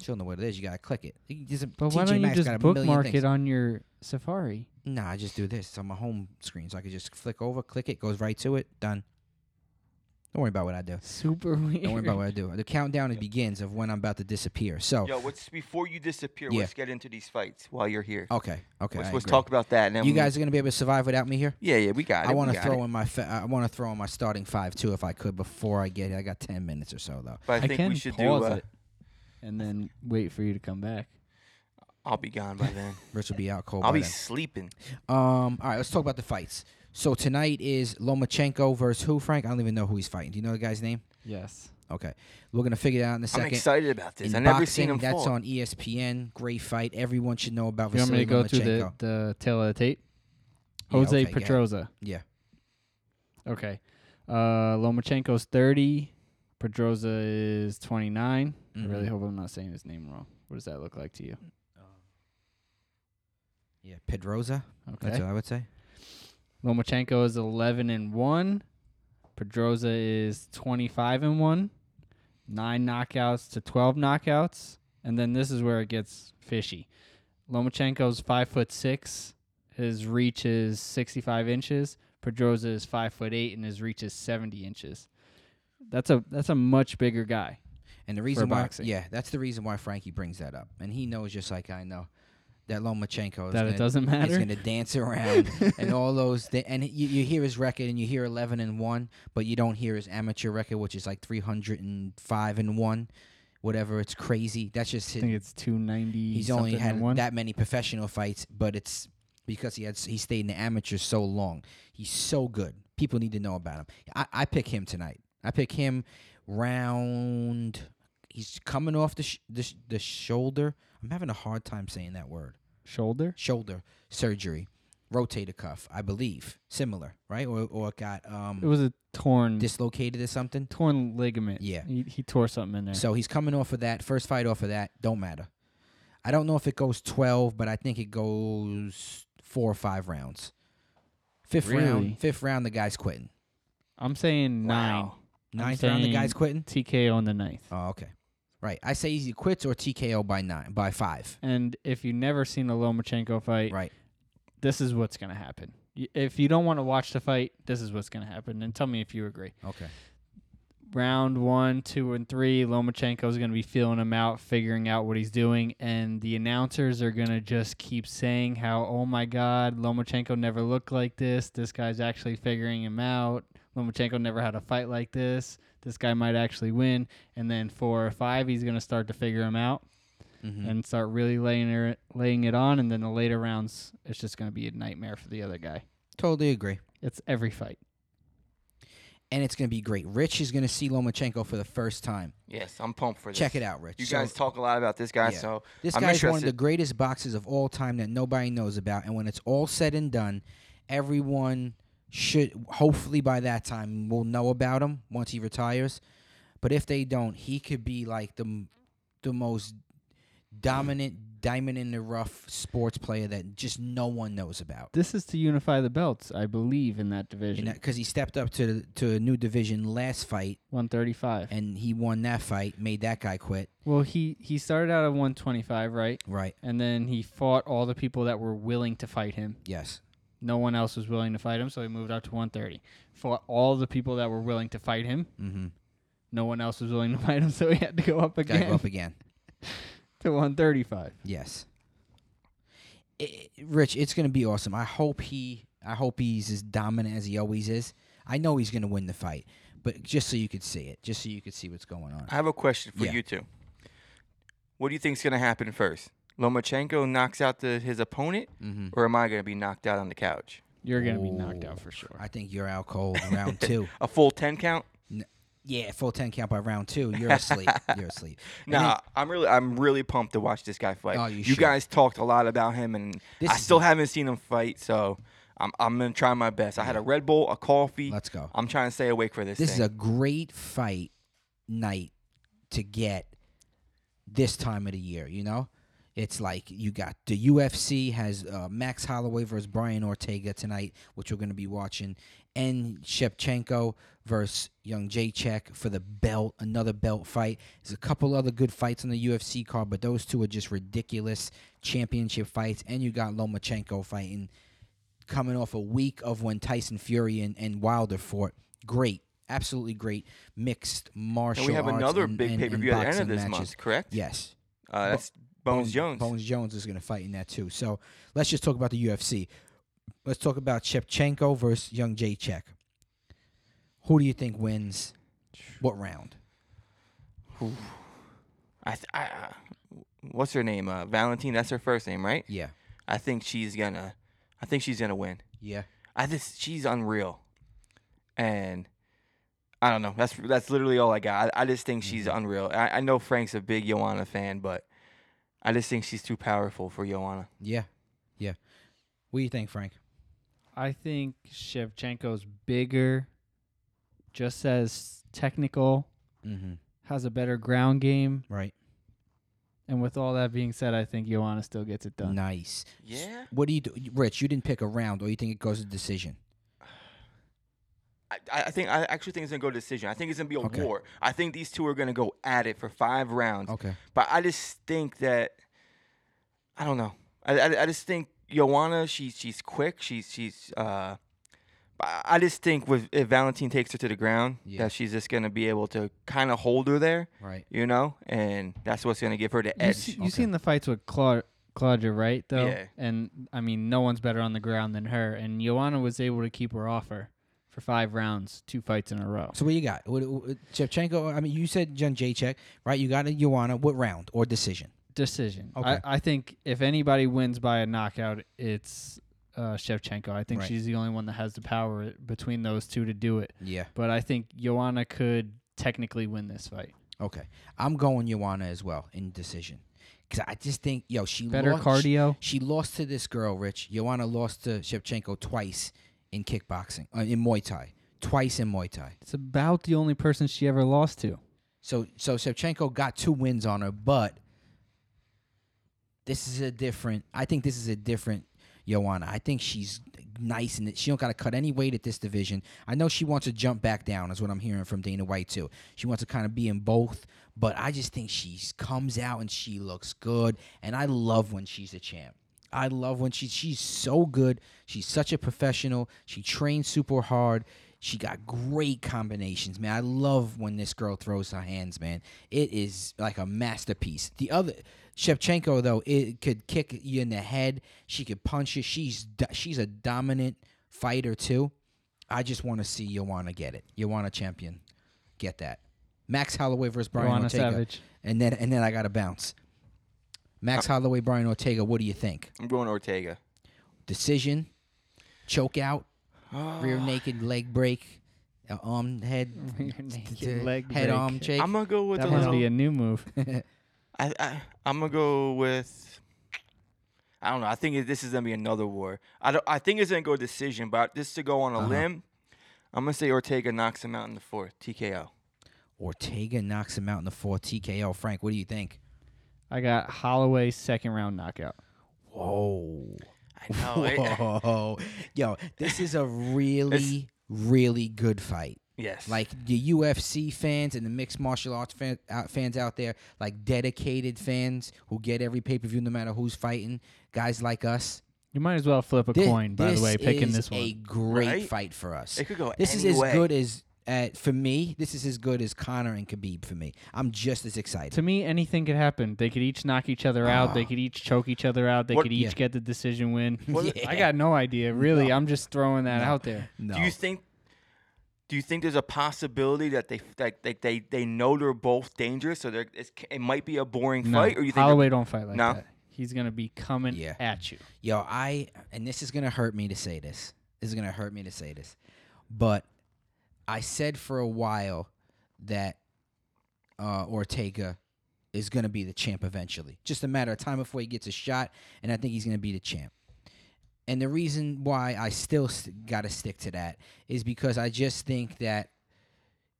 She don't know what it is. You gotta click it. You just- But why TJ don't you Maxx got just a million bookmark things. it on your Safari? Nah, I just do this. It's on my home screen, so I could just flick over, click it, goes right to it. Done. Don't worry about what I do. Super weird. Don't worry about what I do. The countdown begins of when I'm about to disappear. So Yo, what's before you disappear? Yeah. Let's get into these fights while you're here. okay, okay. let's I let's agree. talk about that. And then You we- guys are gonna be able to survive without me here. Yeah, yeah, we got it. I want to throw it. in my fa- I want to throw in my starting five too if I could before I get. I got ten minutes or so though. But I I, think can we should pause do. Uh, it and then wait for you to come back. I'll be gone by then. Rich will be out cold. I'll by be then. sleeping. Um. All right. Let's talk about the fights. So tonight is Lomachenko versus who? Frank. I don't even know who he's fighting. Do you know the guy's name? Yes. Okay. We're gonna figure it out in a i I'm second. excited about this. In I boxing, never seen him that's fall. on E ESPN. Great fight. Everyone should know about You want Vasily me to go Lomachenko. through the, the tail of the tape? Yeah, Jose okay, yeah. Pedroza. Yeah. Okay. Uh, Lomachenko's 30. Pedroza is 29. I really Mhm. hope I'm not saying his name wrong. What does that look like to you? Yeah. Pedroza. That's Okay. what I would say. Lomachenko is 11 and 1. Pedroza is 25 and 1. 9 knockouts to 12 knockouts. And then this is where it gets fishy. Lomachenko's 5 foot 6. His reach is 65 inches. Pedroza is 5 foot 8 and his reach is 70 inches. That's a that's a much bigger guy. And the reason why, boxing. yeah, that's the reason why Frankie brings that up, and he knows just like I know that Lomachenko is That gonna, it doesn't He's matter. going to dance around and all those. Th- and you, you hear his record and you hear 11 and 1, but you don't hear his amateur record, which is like 305 and 1, whatever. It's crazy. That's just I his, think it's 290 he's only something had and one. that many professional fights, but it's because he had s- he stayed in the amateur so long. He's so good. People need to know about him. I, I pick him tonight. I pick him round. He's coming off the sh- the, sh- the shoulder. I'm having a hard time saying that word shoulder. shoulder surgery, rotator cuff, I believe, similar, right? Or or got um It was a torn dislocated or something. torn ligament. Yeah. He, he tore something in there. So he's coming off of that first fight off of that. Don't matter. I don't know if it goes twelve, but I think it goes four or five rounds. Fifth Really? round, fifth round, the guy's quitting. I'm saying nine. Wow. Ninth round, the guy's quitting. saying- TKO on the ninth. Oh, okay, right. I say he quits or TKO by nine by five. And if you've never seen a Lomachenko fight, Right. this is what's going to happen. Y- If you don't want to watch the fight, this is what's going to happen. And tell me if you agree. Okay. Round one, two, and three, Lomachenko is going to be feeling him out, figuring out what he's doing. And the announcers are going to just keep saying how, oh my God, Lomachenko never looked like this. This guy's actually figuring him out. Lomachenko never had a fight like this. This guy might actually win. And then four or five, he's going to start to figure him out. Mm-hmm. and start really laying it, laying it on. And then the later rounds, it's just going to be a nightmare for the other guy. Totally agree. It's every fight. And it's gonna be great. Rich is gonna see Lomachenko for the first time. Yes, I'm pumped for this. Check it out, Rich. You So- guys talk a lot about this guy, Yeah. so This I'm guy's one of the interested. greatest boxers of all time that nobody knows about. And when it's all said and done, everyone should hopefully by that time will know about him once he retires. But if they don't, he could be like the m- the most dominant diamond in the rough sports player that just no one knows about. This is to unify the belts, I believe, in that division. Because he stepped up to to a new division last fight 135. and he won that fight, made that guy quit. Well, he he started out at 125, right? Right? And then he fought all the people that were willing to fight him. Yes. No one else was willing to fight him, so he moved up to 130. Fought all the people that were willing to fight him. Mm-hmm. No one else was willing to fight him, so he had to go Got up to again go up again. to 135. Yes. I Rich, it's going to be awesome. I hope he I hope he's as dominant as he always is. I know he's going to win the fight, but just so you could see it, just so you could see what's going on. I have a question for Yeah. you two. What do you think's gonna happen first? Lomachenko knocks out the, his opponent, Mm-hmm. or am I gonna be knocked out on the couch? You're going to be knocked Ooh. out for sure. I think you're out cold in round 2. A full ten count? Yeah, full 10 count by round 2. You're asleep. you're asleep. And then- Nah, I'm really, I'm really pumped to watch this guy fight. Oh, you you should. guys talked a lot about him, and This I is- still haven't seen him fight, so I'm, I'm gonna try my best. I had a Red Bull, a coffee. Let's go. I'm trying to stay awake for this. This thing. is a great fight night to get this time of the year. You know, it's like you got the UFC has uh, Max Holloway versus Brian Ortega tonight, which we're going to be watching, and Shevchenko versus Young Jacek for the belt, another belt fight. There's a couple other good fights on the UFC card, but those two are just ridiculous championship fights. And you got Lomachenko fighting coming off a week of when Tyson Fury and, and Wilder fought. Great. absolutely great mixed martial And we have arts another and- big and- pay per and view at the end of boxing this matches. month, correct? Yes. Uh, that's Bones, Jones. Bones Jones is going to fight in that too. So let's just talk about the UFC. Let's talk about Shevchenko versus Young Jacek. Who do you think wins? What round? I, th- I, I, what's her name? Uh, Valentine. That's her first name, right? Yeah. I think she's gonna. I think she's gonna win. Yeah. I just she's unreal, and I don't know. That's that's literally all I got. I, I just think she's unreal. I, I know Frank's a big Joanna fan, but I just think she's too powerful for Joanna. Yeah. Yeah. What do you think, Frank? I think Shevchenko's bigger, just as technical, Mm-hmm. has a better ground game, Right. and with all that being said, I think Joanna still gets it done. Nice. Yeah, What do you do? Rich, you didn't pick a round, or you think it goes to decision? I, I I think I actually think it's gonna go to decision. I think it's gonna be a Okay. war. I think these two are gonna go at it for five rounds. Okay. But I just think that I don't know. I I, I just think Joanna, she's she's quick. She's she's. uh but I I just think with if Valentine takes her to the ground, Yeah. that she's just gonna be able to kind of hold her there, Right. you know, and that's what's gonna give her the You edge. see, Okay. have seen the fights with Cla- Claudia, right? Though, Yeah. and I mean, no one's better on the ground than her. And Joanna was able to keep her off her for five rounds, two fights in a row. So what you got? What, what, Shevchenko. I mean, you said Jen Jacek, right? You got a Joanna. What round or decision? Decision. Okay. I, I think if anybody wins by a knockout, it's uh, Shevchenko. I think Right. she's the only one that has the power between those two to do it. Yeah. But I think Joanna could technically win this fight. Okay. I'm going Joanna as well in decision, because I just think yo she Better lost, cardio. She lost to this girl, Rich. Joanna lost to Shevchenko twice in kickboxing, uh, in Muay Thai, twice in Muay Thai. It's about the only person she ever lost to. So so Shevchenko got two wins on her, but this is a different. I think this is a different Joanna. I think she's nice and she don't got to cut any weight at this division. I know she wants to jump back down. Is what I'm hearing from Dana White too. She wants to kind of be in both, but I just think she comes out and she looks good, and I love when she's a champ. I love when she she's so good. She's such a professional. She trains super hard. She got great combinations, man. I love when this girl throws her hands, man. It is like a masterpiece. The other Shevchenko though, it could kick you in the head. She could punch you. She's do- she's a dominant fighter too. I just want to see Joanna get it. Joanna champion, get that. Max Holloway versus Brian Joanna Ortega, Savage. and then and then I got to bounce. Max Uh, Holloway, Brian Ortega. What do you think? I'm going Ortega. decision, choke out, Uh, rear naked leg break, uh, arm head, naked leg head break. arm shake. I'm gonna go with That a must little. be a new move. I, I I'm gonna go with. I don't know. I think it- this is gonna be another war. I don't. I think it's gonna go decision, but just to go on a Uh-huh. limb, I'm gonna say Ortega knocks him out in the fourth TKO. Ortega knocks him out in the fourth TKO. Frank, what do you think? I got Holloway second round knockout. Whoa. I know. eh? Whoa. Yo, this is a really, really good fight. yes. Like the UFC fans and the mixed martial arts fan, out fans out there, like dedicated fans who get every pay per view no matter who's fighting, guys like us. You might as well flip a Thi- coin, by the way, picking is this one. a great Right? fight for us. it could go. This any is as way. good as uh, for me. This is as good as Connor and Khabib for me. I'm just as excited. to me, anything could happen. They could each knock each other out. They Ah. could each choke each other out. They What- could each Yeah. get the decision win. What- Yeah. I got no idea, really. No. I'm just throwing that No. out there. no. Do you think? Do you think there's a possibility that they that they they, they know they're both dangerous, so they're, it's, it might be a boring No, fight, or you think? Holloway don't fight like No. that. He's gonna be coming Yeah. at you. Yo, I and this is gonna hurt me to say this. This is gonna hurt me to say this, but I said for a while that uh, Ortega is gonna be the champ eventually. Just a matter of time before he gets a shot, and I think he's gonna be the champ. And the reason why I still st- got to stick to that is because I just think that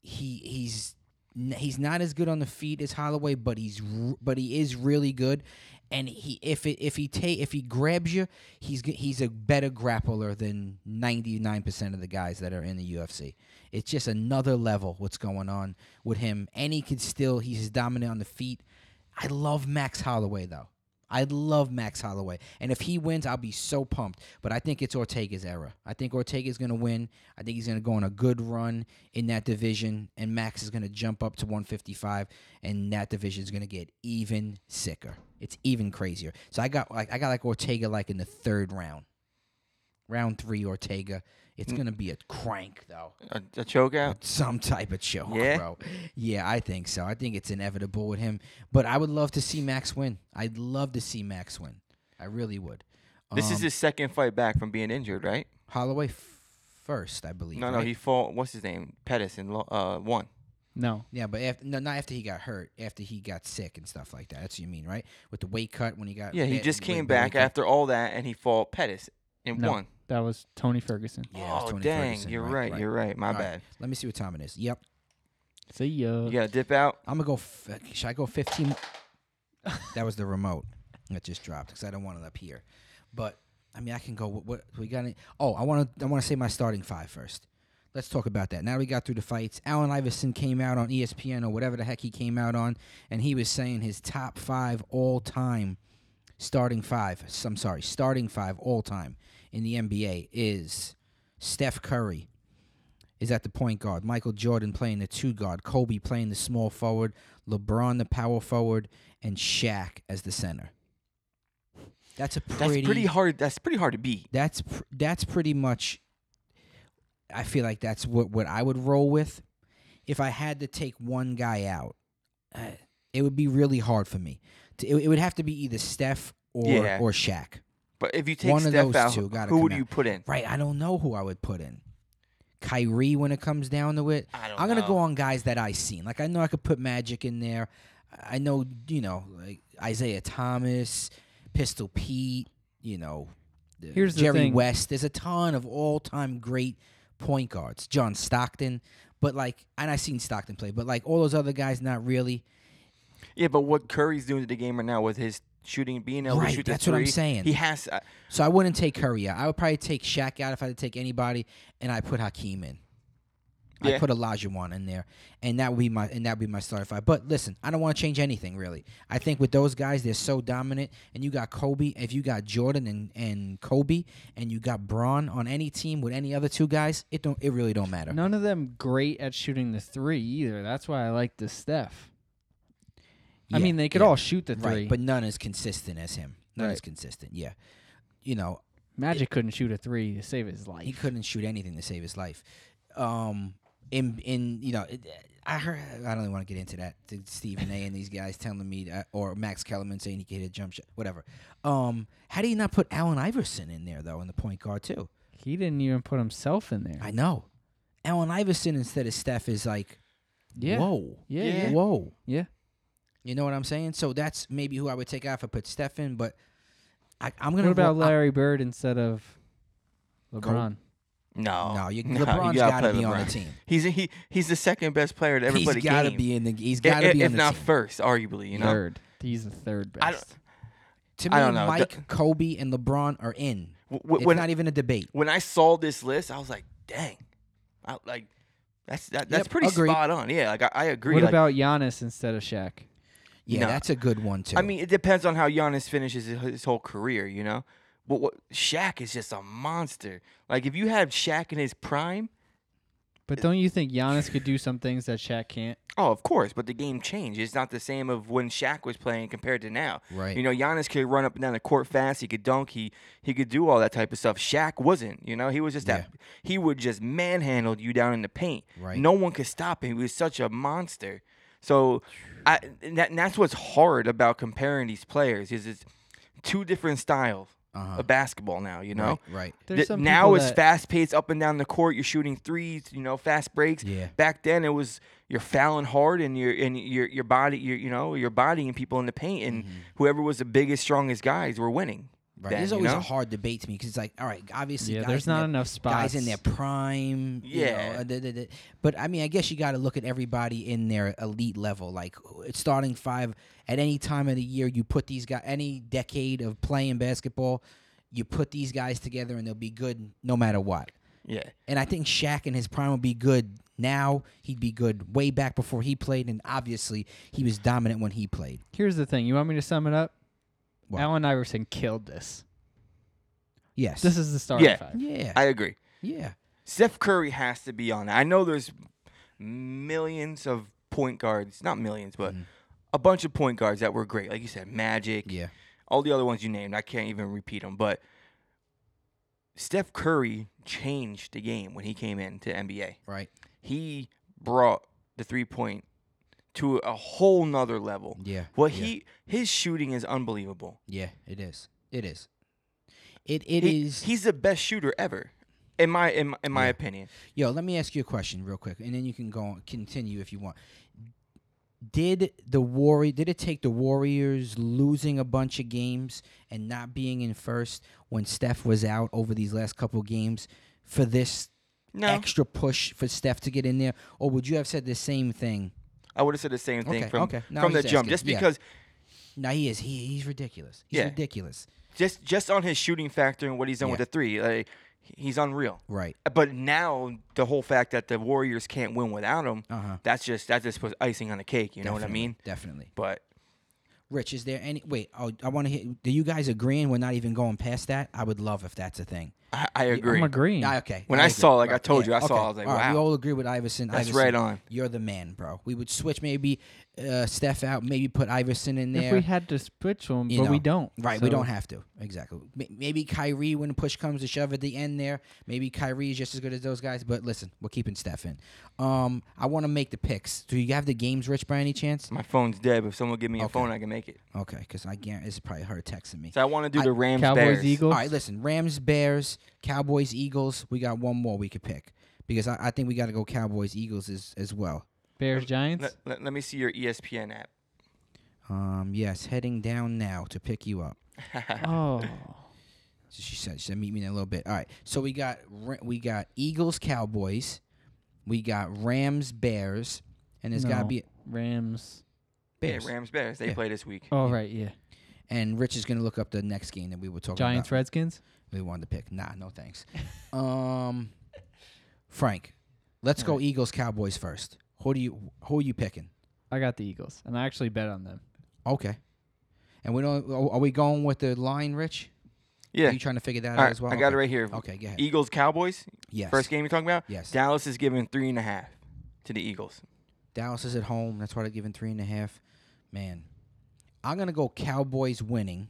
he he's n- he's not as good on the feet as Holloway, but he's r- but he is really good. And he if it, if he take if he grabs you, he's g- he's a better grappler than ninety nine percent of the guys that are in the UFC. It's just another level what's going on with him, and he can still he's dominant on the feet. I love Max Holloway though. I love Max Holloway, and if he wins, I'll be so pumped. But I think it's Ortega's era. I think Ortega's going to win. I think he's going to go on a good run in that division, and Max is going to jump up to 155, and that division is going to get even sicker. It's even crazier. So I got like I got like Ortega like in the third round, round three Ortega. It's going to be a crank though A, a choke out. some type of choke, Yeah? bro. Yeah, I think so. I think it's inevitable with him. But I would love to see Max win. I'd love to see Max win. I really would. This is Um, his second fight back from being injured, right? Holloway f- first, I believe. No, no, right? he fought. What's his name? Pettis and uh one. No. Yeah, but after, no, not after he got hurt. After he got sick and stuff like that. That's what you mean, right? With the weight cut when he got. Yeah, he bit- just with came the weight back cut. after all that, and he fought Pettis and No. won. That was Tony Ferguson. Yeah, it was oh Tony dang, Ferguson, you're right, right, right. You're right. My All right. bad. Let me see what time it is. Yep, See ya. You gotta dip out. I'm gonna go. F- should I go 15? that was the remote that just dropped because I don't want it up here. But I mean, I can go. What, what we got? Any, oh, I want to. I want to say my starting five first. Let's talk about that. Now we got through the fights. Allen Iverson came out on E ESPN or whatever the heck he came out on, and he was saying his top five all time starting five. s- I'm sorry, starting five all time in the NBA is Steph Curry is at the point guard, Michael Jordan playing the two guard, Kobe playing the small forward, LeBron the power forward, and Shaq as the center. That's a That's pretty, hard. That's pretty hard to beat. that's pr- that's pretty much I feel like that's what what I would roll with if I had to take one guy out. Uh, it would be really hard for me. To, it, it would have to be either Steph or Yeah. or Shaq. But if you take One of Steph those out, two gotta who come would out. you put in? Right, I don't know who I would put in. Kyrie when it comes down to it. I don't I'm gonna know. go on guys that I seen. Like I know I could put Magic in there. I I know you know like Isaiah Thomas, Pistol Pete. You know, the- Here's the Jerry thing. West. There's a ton of all-time great point guards. John Stockton, but like, and I seen Stockton play, but like all those other guys, not really. Yeah, but what Curry's doing to the game right now with his shooting, being able Right, to shoot the that's what I'm three, saying. He has. uh, I, So I wouldn't take Curry out. I would probably take Shaq out if I had to take anybody, and I put Hakeem in. I Yeah. put Olajuwon in there, and that would be my and that would be my starting five. But listen, I don't want to change anything really. I think with those guys, they're so dominant. And you got Kobe, if you got Jordan and, and Kobe, and you got Braun on any team with any other two guys, it don't it really don't matter. None of them great at shooting the three either. That's why I like the Steph. I Yeah, mean, they could yeah. all shoot the three. right, but none as consistent as him. None as Right. consistent. Yeah, you know Magic couldn't shoot a three to save his life. he couldn't shoot anything to save his life. Um, in in you know, it, I heard I don't even want to get into that. to Stephen A. and these guys telling me that, or Max Kellerman saying he could hit a jump shot, whatever. Um, how do you not put Allen Iverson in there though in the point guard too? He didn't even put himself in there. I know. Allen Iverson instead of Steph is like, yeah. whoa, Yeah, Yeah. yeah. whoa. Yeah. You know what I'm saying? So that's maybe who I would take out if I put Steph in, but I, I'm What gonna. about roll- I- Larry Bird instead of LeBron? no, no, you, no, LeBron's Oh, gotta got to play be on LeBron. the team. He's he, he's the second best player to ever play the he's got to game. be in the. He's I- got to be if in the not team. first, arguably. You know, Third. He's the third best. I don't- To me, I don't know. Mike, The- Kobe, and LeBron are in. W- it's w- when not even a debate. when I saw this list, I was like, dang, I, like that's that, that's Yep, pretty agreed. spot on. Yeah, like I, I agree. what like, about Giannis instead of Shaq? Yeah, No. that's a good one too. I mean, it depends on how Giannis finishes his, his whole career, you know. But what Shaq is just a monster. Like if you have Shaq in his prime, But don't you think Giannis could do some things that Shaq can't? oh, of course. But the game changed. It's not the same of when Shaq was playing compared to now. Right. You know, Giannis could run up and down the court fast. He could dunk. He he could do all that type of stuff. Shaq wasn't. You know, he was just that. He would just manhandle you down in the paint. Right. No one could stop him. He was such a monster. So, I and, that, and that's what's hard about comparing these players is it's two different styles Uh-huh. of basketball now. You know. right, right. There's Th- some now people it's that- fast paced up and down the court. You're shooting threes, you know, fast breaks. Yeah. Back then it was you're fouling hard and your and your your body, your you know, your body and people in the paint and whoever was the biggest, strongest guys were winning. Right. then, There's you always know? a hard debate to me because it's like, all right, obviously, Yeah, guys there's in not their- enough Guys in their spots. prime. you know, Yeah. uh, da- da- da. but I mean, I guess you got to look at everybody in their elite level. Like who- it's starting five at any time of the year, you put these guys, any decade of playing basketball, you put these guys together and they'll be good no matter what. Yeah. And I think Shaq in his prime would be good now. He'd be good way back before he played, and obviously he was dominant when he played. Here's the thing. You want me to sum it up? What? Allen Iverson killed this. Yes. This is the starting Yeah. five. yeah. I agree. yeah. Steph Curry has to be on that. I know there's millions of point guards, not millions, but Mhm. a bunch of point guards that were great. Like you said, Magic, Yeah. all the other ones you named. I can't even repeat them, but Steph Curry changed the game when he came into NBA. Right. He brought the three point to a whole nother level. Yeah. What yeah. he his shooting is unbelievable. Yeah, it is. It is. It it It is. is. He's the best shooter ever, in my in, my- in my Yeah. opinion. Yo, let me ask you a question real quick, and then you can go on, continue if you want. Did the Warrior did it take the Warriors losing a bunch of games and not being in first when Steph was out over these last couple games for this No, extra push for Steph to get in there? Or would you have said the same thing? I would have said the same thing Okay, from okay. Now from the he's jump. asking. Just Yeah. because No, he is. He he's ridiculous. He's Yeah. ridiculous. just just on his shooting factor and what he's done with Yeah. the three, like he's unreal. Right. But now the whole fact that the Warriors can't win without him, Uh huh. that's just that just was icing on the cake. You know what I mean? Definitely. But Rich, is there any wait? Oh, I want to hear. Do you guys agree? And we're not even going past that. I would love if that's a thing. I, I agree. I'm agreeing. Ah, okay. Hmm. When I agree. saw, like I told you, I saw, I was like, All right, We wow. all agree with Iverson. That's Iverson, right on. You're the man, bro. We would switch maybe uh, Steph out, maybe put Iverson in there. if we had to switch them, but You we know, don't. Right, we so- don't have to. Exactly. May- Maybe Kyrie, when push comes to shove at the end there, maybe Kyrie is just as good as those guys. But listen, we're keeping Steph in. Um, I want to make the picks. Do you have the games, Rich, by any chance? My phone's dead. But if someone give me a Okay. phone, I can make it. Okay, because I guarantee it's probably her texting me. So I want to do I- the Rams Cowboys, Bears. Eagles. All right, listen. Rams, Bears, Cowboys, Eagles. We got one more we could pick because I, I think we got to go Cowboys, Eagles as, as well. Bears, Giants. Let, let, let me see your E ESPN app. Um, yes, heading down now to pick you up. oh, So she said, she said, meet me in a little bit. All right. So we got Ra- we got Eagles, Cowboys, we got Rams, Bears, and there's gotta No. be Rams. Bears. Yeah, Rams Bears. They Yeah. play this week. Oh right, yeah. and Rich is gonna look up the next game that we were talking Giants, about. Redskins. We wanted to pick. Nah, no thanks. um, Frank, let's go Eagles, Cowboys first. Who do you who are you picking? I got the Eagles, and I actually bet on them. Okay. And we don't. Are are we going with the line, Rich? Yeah. Are you trying to figure that All out right. as well? I got okay. it right here. Okay. Go ahead. Eagles Cowboys. yes. First game you're talking about. Yes. Dallas is giving three and a half to the Eagles. Dallas is at home. That's why they're giving three and a half. Man, I'm gonna go Cowboys winning.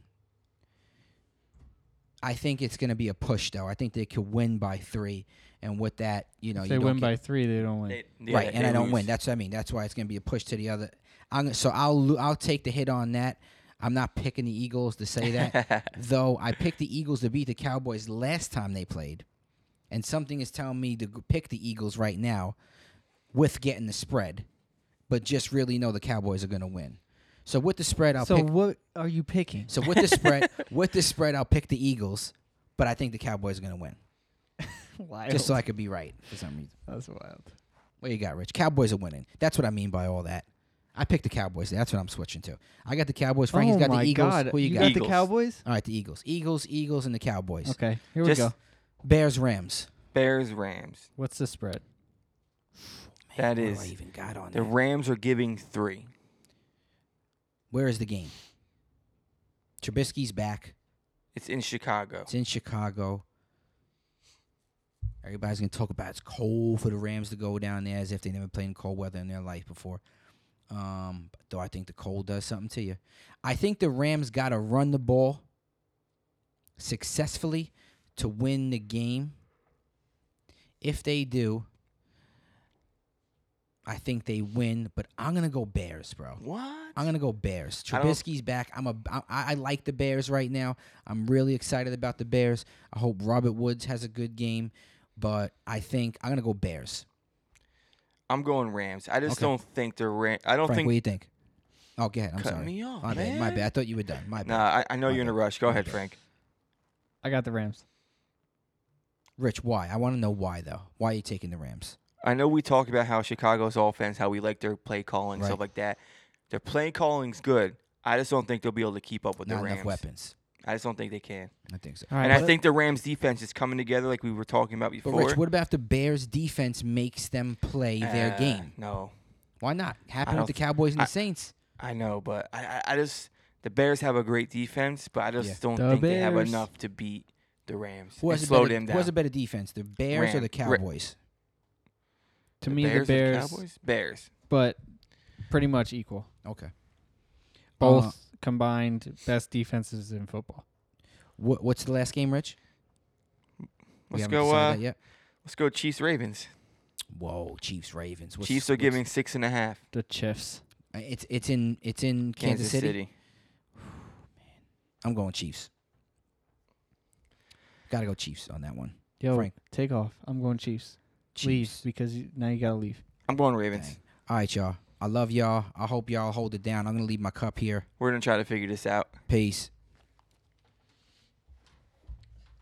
I think it's gonna be a push though. I think they could win by three, and with that, you know, if you they don't win get- by three, they don't win. They- yeah, right, and they I don't win. lose. That's what I mean. That's why it's gonna be a push to the other. I'm gonna- so I'll lo- I'll take the hit on that. I'm not picking the Eagles to say that, though. I picked the Eagles to beat the Cowboys last time they played, and something is telling me to g- pick the Eagles right now, with getting the spread, but just really know the Cowboys are gonna win. So with the spread, I'll so pick. what are you picking? So with the spread, with the spread, I'll pick the Eagles, but I think the Cowboys are gonna win, wild. just so I could be right for some reason. That's wild. What you got, Rich? Cowboys are winning. That's what I mean by all that. I picked the Cowboys. That's what I'm switching to. I got the Cowboys. Frankie's oh got my the Eagles. God. Who you, got got? Eagles. the Cowboys? all right, the Eagles. Eagles, Eagles, and the Cowboys. Okay, here Just we go. Bears, Rams. Bears Rams. What's the spread? Man, That what do is I even got on The there. Rams are giving three. Where is the game? Trubisky's back. It's in Chicago. It's in Chicago. Everybody's gonna talk about it's cold for the Rams to go down there as if they never played in cold weather in their life before. Um, but though I think the cold does something to you. I think the Rams gotta run the ball successfully to win the game. If they do, I think they win. But I'm gonna go Bears, bro. What? I'm gonna go Bears. I don't- Trubisky's back. I'm a. I, I like the Bears right now. I'm really excited about the Bears. I hope Robert Woods has a good game, but I think I'm gonna go Bears. I'm going Rams. I just Okay. don't think the Rams. I don't Frank, what do think. you think? Oh, go ahead. I'm Cut sorry. me off, my bad. My man. bad. I thought you were done. My bad. Nah, I, I know My you're in a bad. rush. Go My ahead, bad. Frank. I got the Rams. Rich, why? I want to know why though. Why are you taking the Rams? I know we talked about how Chicago's offense, how we like their play calling, Right. stuff like that. Their play calling's good. I just don't think they'll be able to keep up with Not the Rams. enough weapons. I just don't think they can. I think so. All right, and I but- think the Rams defense is coming together like we were talking about But before. Rich, what about if the Bears defense makes them play their Uh, game? No, Why not? Happened don't with the th- Cowboys and the I- Saints. I know, but I, I, I just The Bears have a great defense, but I just Yeah. don't The think they have Bears. enough to beat the Rams. Who and has, a slow better, them who has down. a better defense, the Bears or Ram- the Ra- Cowboys? To me, Bears the or Bears, Cowboys? Bears. but pretty much equal. okay. Both Uh, combined best defenses in football. What, what's the last game, Rich? We Let's haven't go. decided Uh, that yet. let's go. Chiefs. Ravens. Whoa, Chiefs, Ravens. What's- Chiefs are what's- giving six and a half. The Chiefs. uh, It's it's in it's in Kansas, City. I'm going Chiefs. Got to go Chiefs on that one. Yo, Frank. take off. I'm going Chiefs. Leave Chiefs. because you, now you gotta leave. I'm going Ravens. Dang. All right, y'all. I love y'all. I hope y'all hold it down. I'm gonna leave my cup here. We're gonna try to figure this out. Peace.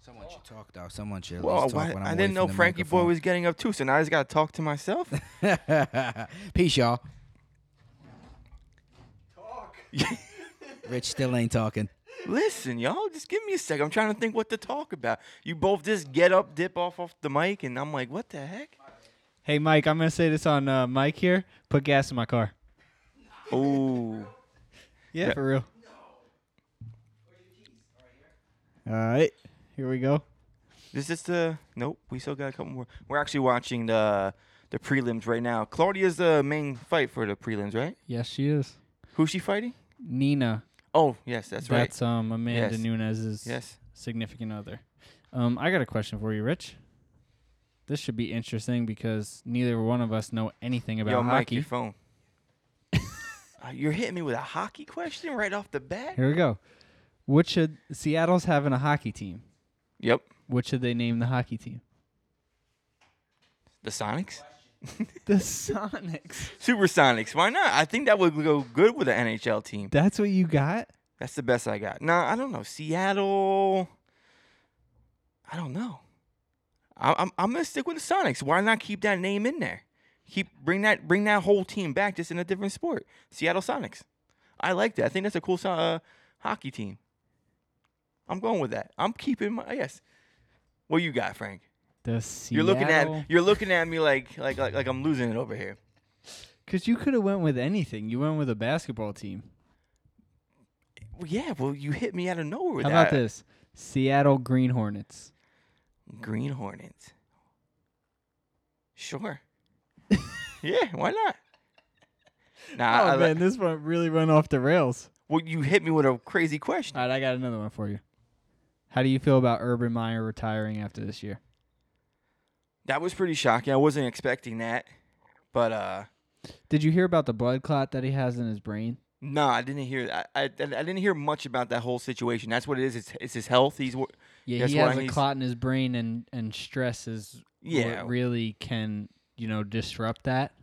Someone should talk though. Someone should. at least Well, talk why, when I'm I away didn't from know the Frankie Boy microphone. was getting up too, so now I just gotta talk to myself. Peace, y'all. Rich still ain't talking. Listen, y'all, just give me a sec. I'm trying to think what to talk about. You both just get up, dip off off the mic, and I'm like, what the heck? Hey, Mike. I'm gonna say this on uh, Mike here. Put gas in my car. Oh, Yeah, Yeah. for real. All right, here we go. this is the nope. We still got a couple more. We're actually watching the the prelims right now. Claudia's the main fight for the prelims, right? Yes, she is. Who's she fighting? Nina. Oh, yes, that's right. That's um Amanda Yes. Nunes' Yes. significant other. Um, I got a question for you, Rich. This should be interesting because neither one of us know anything about Yo, Mike, hockey. your phone. Uh, you're hitting me with a hockey question right off the bat. Here we go. What should Seattle's having a hockey team? Yep, What should they name the hockey team? the Sonics, The Sonics. Supersonics. Why not? I think that would go good with the NHL team. That's what you got? That's the best I got. Nah, I don't know. Seattle. I don't know. I, I'm I'm gonna stick with the Sonics. Why not keep that name in there? Keep bring that bring that whole team back, just in a different sport. Seattle Sonics. I like that. I think that's a cool so- uh, hockey team. I'm going with that. I'm keeping my yes. What you got, Frank? The Seattle. You're looking at you're looking at me like like like, like I'm losing it over here. because you could have went with anything. You went with a basketball team. Well, yeah, well you hit me out of nowhere with How that. about this? Seattle Green Hornets. Green Hornets. Sure. yeah, why not? Nah, I, Oh I- man, this one really went off the rails. well, you hit me with a crazy question. All right, I got another one for you. How do you feel about Urban Meyer retiring after this year? That was pretty shocking. I wasn't expecting that, but uh, Did you hear about the blood clot that he has in his brain? no, I didn't hear. I, I I didn't hear much about that whole situation. That's what it is. It's, it's his health. He's wor- Yeah, Guess he why has a he's- clot in his brain, and and stress is Yeah. what really can you know disrupt that.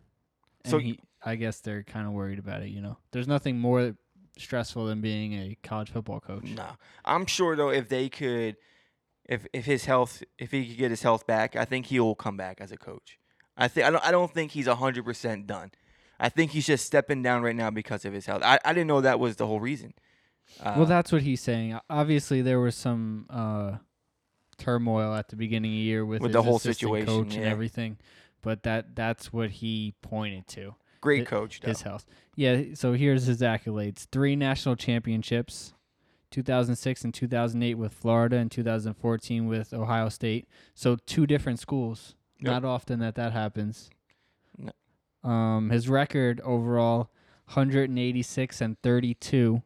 And So- he, I guess they're kind of worried about it. You know, there's nothing more stressful than being a college football coach. No, I'm sure though if they could, if if his health, if he could get his health back, I think he will come back as a coach. I think I don't I don't think he's hundred percent done. I think he's just stepping down right now because of his health. I, I didn't know that was the whole reason. Uh, Well, that's what he's saying. O- Obviously, there was some uh, turmoil at the beginning of the year with, With his the whole assistant situation, coach and yeah. everything, but that that's what he pointed to great hi- coach. Though. his health. Yeah. So here's his accolades: three national championships, 2006 and 2008 with Florida, and 2014 with Ohio State. So two different schools. Yep. Not often that that happens. No. Um, his record overall: 186 and 32.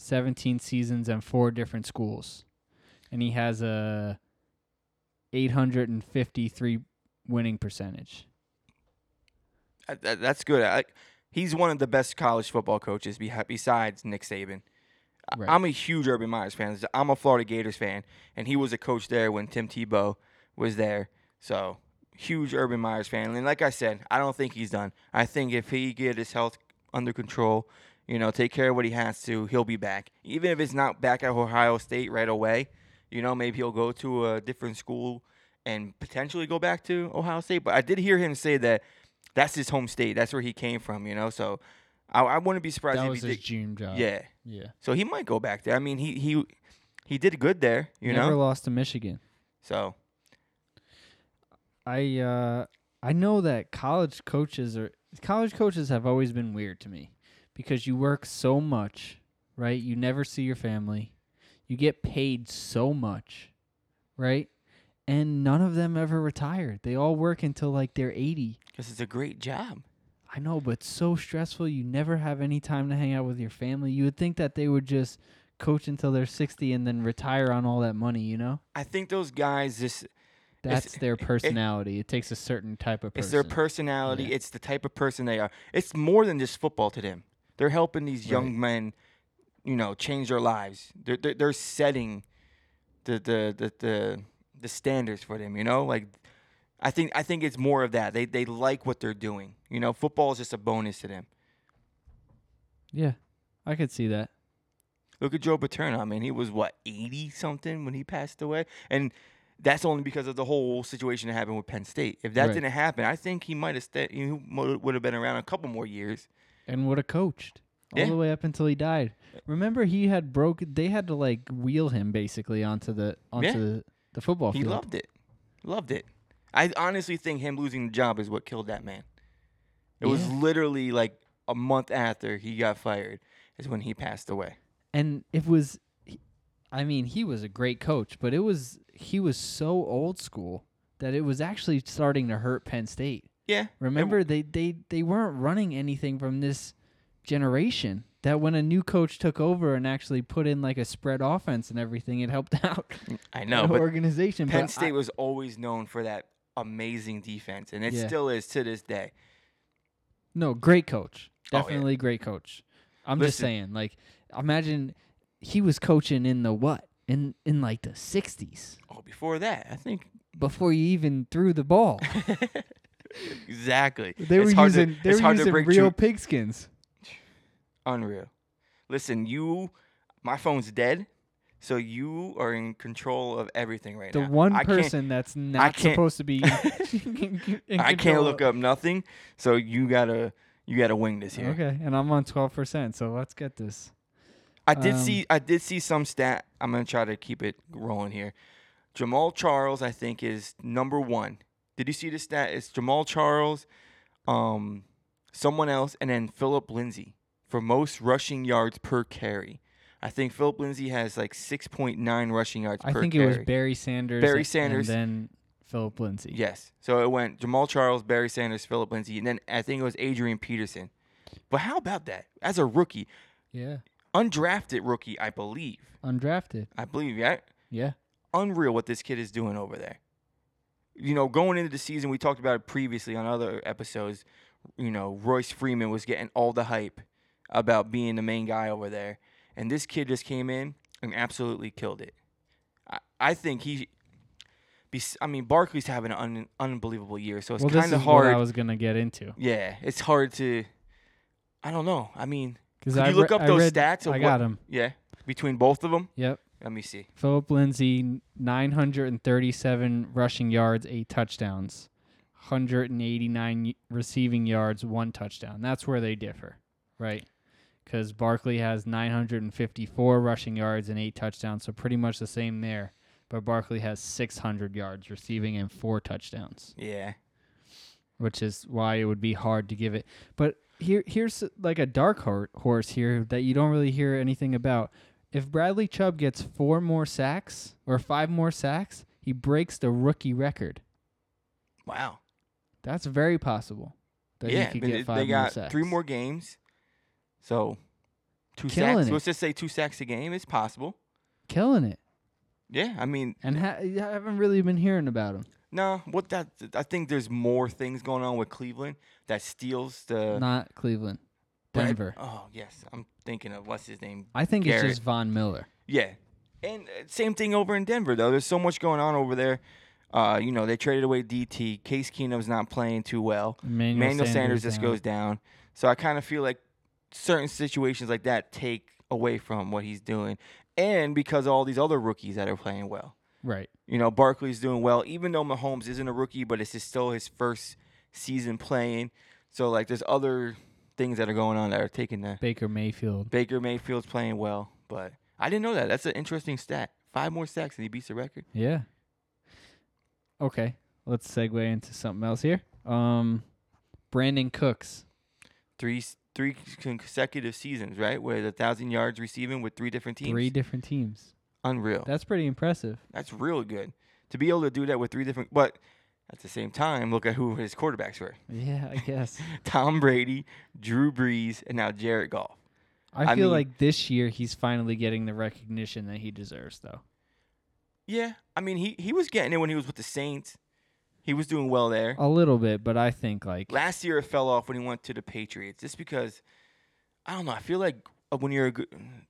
17 seasons and four different schools. And he has a 853 winning percentage. I, that, that's good. I, he's one of the best college football coaches beha- besides Nick Saban. I- Right. I'm a huge Urban Myers fan. I'm a Florida Gators fan, and he was a coach there when Tim Tebow was there. So huge Urban Myers fan. And like I said, I don't think he's done. I think if he get his health under control, you know, take care of what he has to, he'll be back. Even if it's not back at Ohio State right away, you know, maybe he'll go to a different school and potentially go back to Ohio State. But I did hear him say that that's his home state. That's where he came from. You know, so I, I wouldn't be surprised That if was he his did. dream job. Yeah. Yeah. So he might go back there. I mean, he he he did good there, you Never know. lost to Michigan. So I uh I know that college coaches are college coaches have always been weird to me because you work so much, right? You never see your family. You get paid so much, right? And none of them ever retired. They all work until like they're 80. Because it's a great job. I know, but it's so stressful. You never have any time to hang out with your family. You would think that they would just coach until they're 60 and then retire on all that money, you know? I think those guys just It's- That's their personality. It, takes a certain type of person. it's their personality, Yeah. it's the type of person they are. It's more than just football to them. They're helping these Right. young men, you know, change their lives. They're they're, they're setting the the, the the the standards for them, you know? Like I think I think it's more of that. They they like what they're doing. You know, football is just a bonus to them. yeah. I could see that. Look at Joe Paterno. I mean, he was what eighty something when he passed away, and that's only because of the whole situation that happened with Penn State. If that Right. didn't happen, I think he might have stayed. He would have been around a couple more years. and would have coached all Yeah. the way up until he died. Remember, he had broke. They had to like wheel him basically onto the onto Yeah. the, the football He field. loved it, loved it. I honestly think him losing the job is what killed that man. It was Yeah. literally like a month after he got fired is when he passed away. and it was, I mean, he was a great coach, but it was he was so old school that it was actually starting to hurt Penn State. Yeah, it w- Remember, they they they weren't running anything from this generation. That when a new coach took over and actually put in like a spread offense and everything, it helped out I the know, but organization. Penn but State I- was always known for that amazing defense, and it Yeah. still is to this day. No, great coach. Oh, yeah. Definitely great coach. I'm just Listen. saying, like, imagine he was coaching in the what? In in like the sixties. Oh, before that, I think Before you even threw the ball. exactly. They it's were hard to- using they it's were hard to using break real through- pigskins. Unreal. Listen, you, my phone's dead, so you are in control of everything right The now. one I can't- person that's not can't- supposed to be I can't look up nothing, so you gotta you gotta wing this here. Okay, and I'm on twelve percent, so let's get this. I did Um, see I did see some stat. I'm gonna try to keep it rolling here. Jamal Charles, I think, is number one. Did you see the stat? It's Jamal Charles, um, someone else, and then Philip Lindsay for most rushing yards per carry. I think Philip Lindsay has like 6.9 rushing yards I per think carry. it was Barry Sanders. Barry and- Sanders. and then Philip Lindsay. Yes. So it went Jamal Charles, Barry Sanders, Philip Lindsay, and then I think it was Adrian Peterson. But how about that? As a rookie, Yeah. undrafted rookie, I believe. Undrafted. I believe, yeah. Yeah. Unreal what this kid is doing over there. You know, going into the season, we talked about it previously on other episodes. You know, Royce Freeman was getting all the hype about being the main guy over there. And this kid just came in and absolutely killed it. I, I think he. bes- I mean, Barkley's having an un, unbelievable year, so it's well, kind this of is hard. what I was gonna get into. Yeah, it's hard to. I don't know. I mean, Because Could I you look re- up I those read- stats of I what- got him. yeah, between both of them, Yep. let me see. Philip Lindsay, 937 rushing yards, eight touchdowns. 189 y- receiving yards, one touchdown. That's where they differ, right? Because Barkley has 954 rushing yards and eight touchdowns, so pretty much the same there. But Barkley has 600 yards receiving and four touchdowns Yeah, which is why it would be hard to give it. But here, here's uh, like a dark hor- horse here that you don't really hear anything about. If Bradley Chubb gets four more sacks or five more sacks, he breaks the rookie record. wow. That's very possible that yeah, he could but get it- five they more got sacks. three more games, so two Killing sacks. it. Let's just say two sacks a game. It's possible. killing it, Yeah, I mean, and ha- I haven't really been hearing about him. no, what that? I think there's more things going on with Cleveland that steals the Not Cleveland, but I- Denver. oh yes, I'm thinking of what's his name. I think Garrett. it's just Von Miller. Yeah. And uh, same thing over in Denver, though. There's so much going on over there. Uh, you know, they traded away DT. Case Keenum's not playing too well. Emmanuel Manuel Sanders, Sanders just down. goes down. So I kind of feel like certain situations like that take away from what he's doing. And because of all these other rookies that are playing well. Right. You know, Barkley's doing well, even though Mahomes isn't a rookie, but it's just still his first season playing. So, like, there's other things that are going on that are taking the Baker Mayfield. Baker Mayfield's playing well, but I didn't know that. That's an interesting stat. Five more sacks and he beats the record. Yeah. Okay, let's segue into something else here. Um, Brandon Cooks. Three three consecutive seasons, right? With a thousand yards receiving with three different teams. Three different teams. Unreal. That's pretty impressive. That's really good to be able to do that with three different. But at the same time, look at who his quarterbacks were: Yeah, I guess. Tom Brady, Drew Brees, and now Jared Goff. I I feel mean- like this year he's finally getting the recognition that he deserves, though. Yeah, I mean he he was getting it when he was with the Saints. He was doing well there. A little bit, but I think like Last year it fell off when he went to the Patriots, just because I don't know. I feel like uh, when you're a good,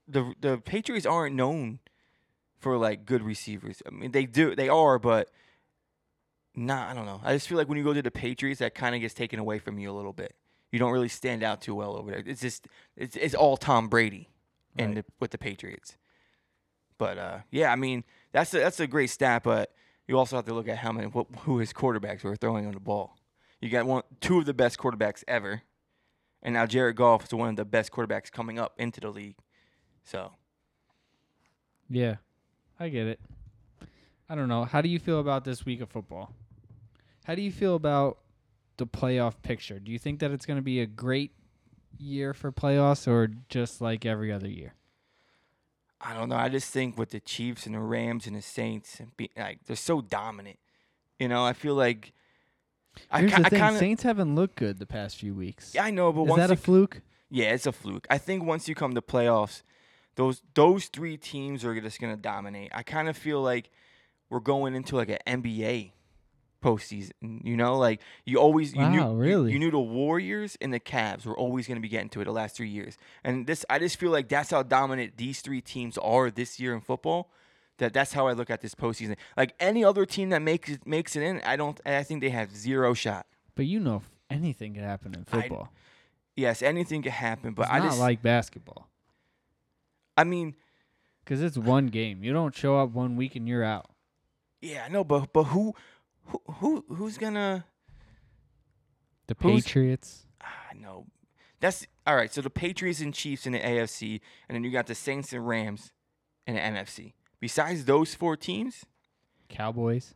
the the Patriots aren't known for like good receivers. I mean they do they are, but nah, I don't know. I just feel like when you go to the Patriots, that kind of gets taken away from you a little bit. You don't really stand out too well over there. It's just it's it's all Tom Brady and Right. the, with the Patriots. But uh, yeah, I mean that's a, that's a great stat, but you also have to look at how many what, who his quarterbacks were throwing on the ball. You got one two of the best quarterbacks ever, and now Jared Goff is one of the best quarterbacks coming up into the league. So yeah, I get it. I don't know. How do you feel about this week of football? How do you feel about the playoff picture? Do you think that it's going to be a great year for playoffs or just like every other year? I don't know. I just think with the Chiefs and the Rams and the Saints, and be, like they're so dominant. You know, I feel like I, Here's ki- the I thing: kind of Saints haven't looked good the past few weeks. yeah, I know, but Is once that a you- fluke? Yeah, it's a fluke. I think once you come to playoffs, those those three teams are just gonna dominate. I kind of feel like we're going into like an NBA postseason. You know, like you always you knew Wow, you- really? you, knew the Warriors and the Cavs were always gonna be getting to it the last three years. And this I just feel like that's how dominant these three teams are this year in football. That that's how I look at this postseason. Like any other team that makes it- makes it in, I don't. I think they have zero shot. But you know, f- anything could happen in football. Yes, anything could happen, but it's I not just like basketball. I mean. Because it's one game. You don't show up one week and you're out. Yeah, I know, but but who who who who's gonna The Who's- Patriots. I know. That's all right, so the Patriots and Chiefs in the AFC and then you got the Saints and Rams in the NFC. Besides those four teams, Cowboys.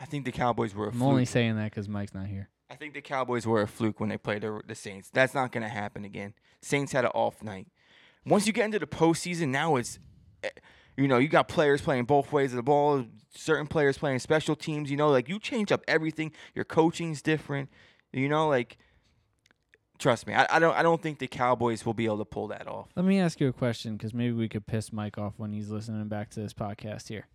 I think the Cowboys were a I'm fluke. only saying that because Mike's not here. I think the Cowboys were a fluke when they played the, the Saints. That's not gonna happen again. Saints had an off night. Once you get into the postseason, now it's eh, you know, you got players playing both ways of the ball, certain players playing special teams, you know, like you change up everything. Your coaching's different. You know, like trust me, I, I don't I don't think the Cowboys will be able to pull that off. Let me ask you a question because maybe we could piss Mike off when he's listening back to this podcast here.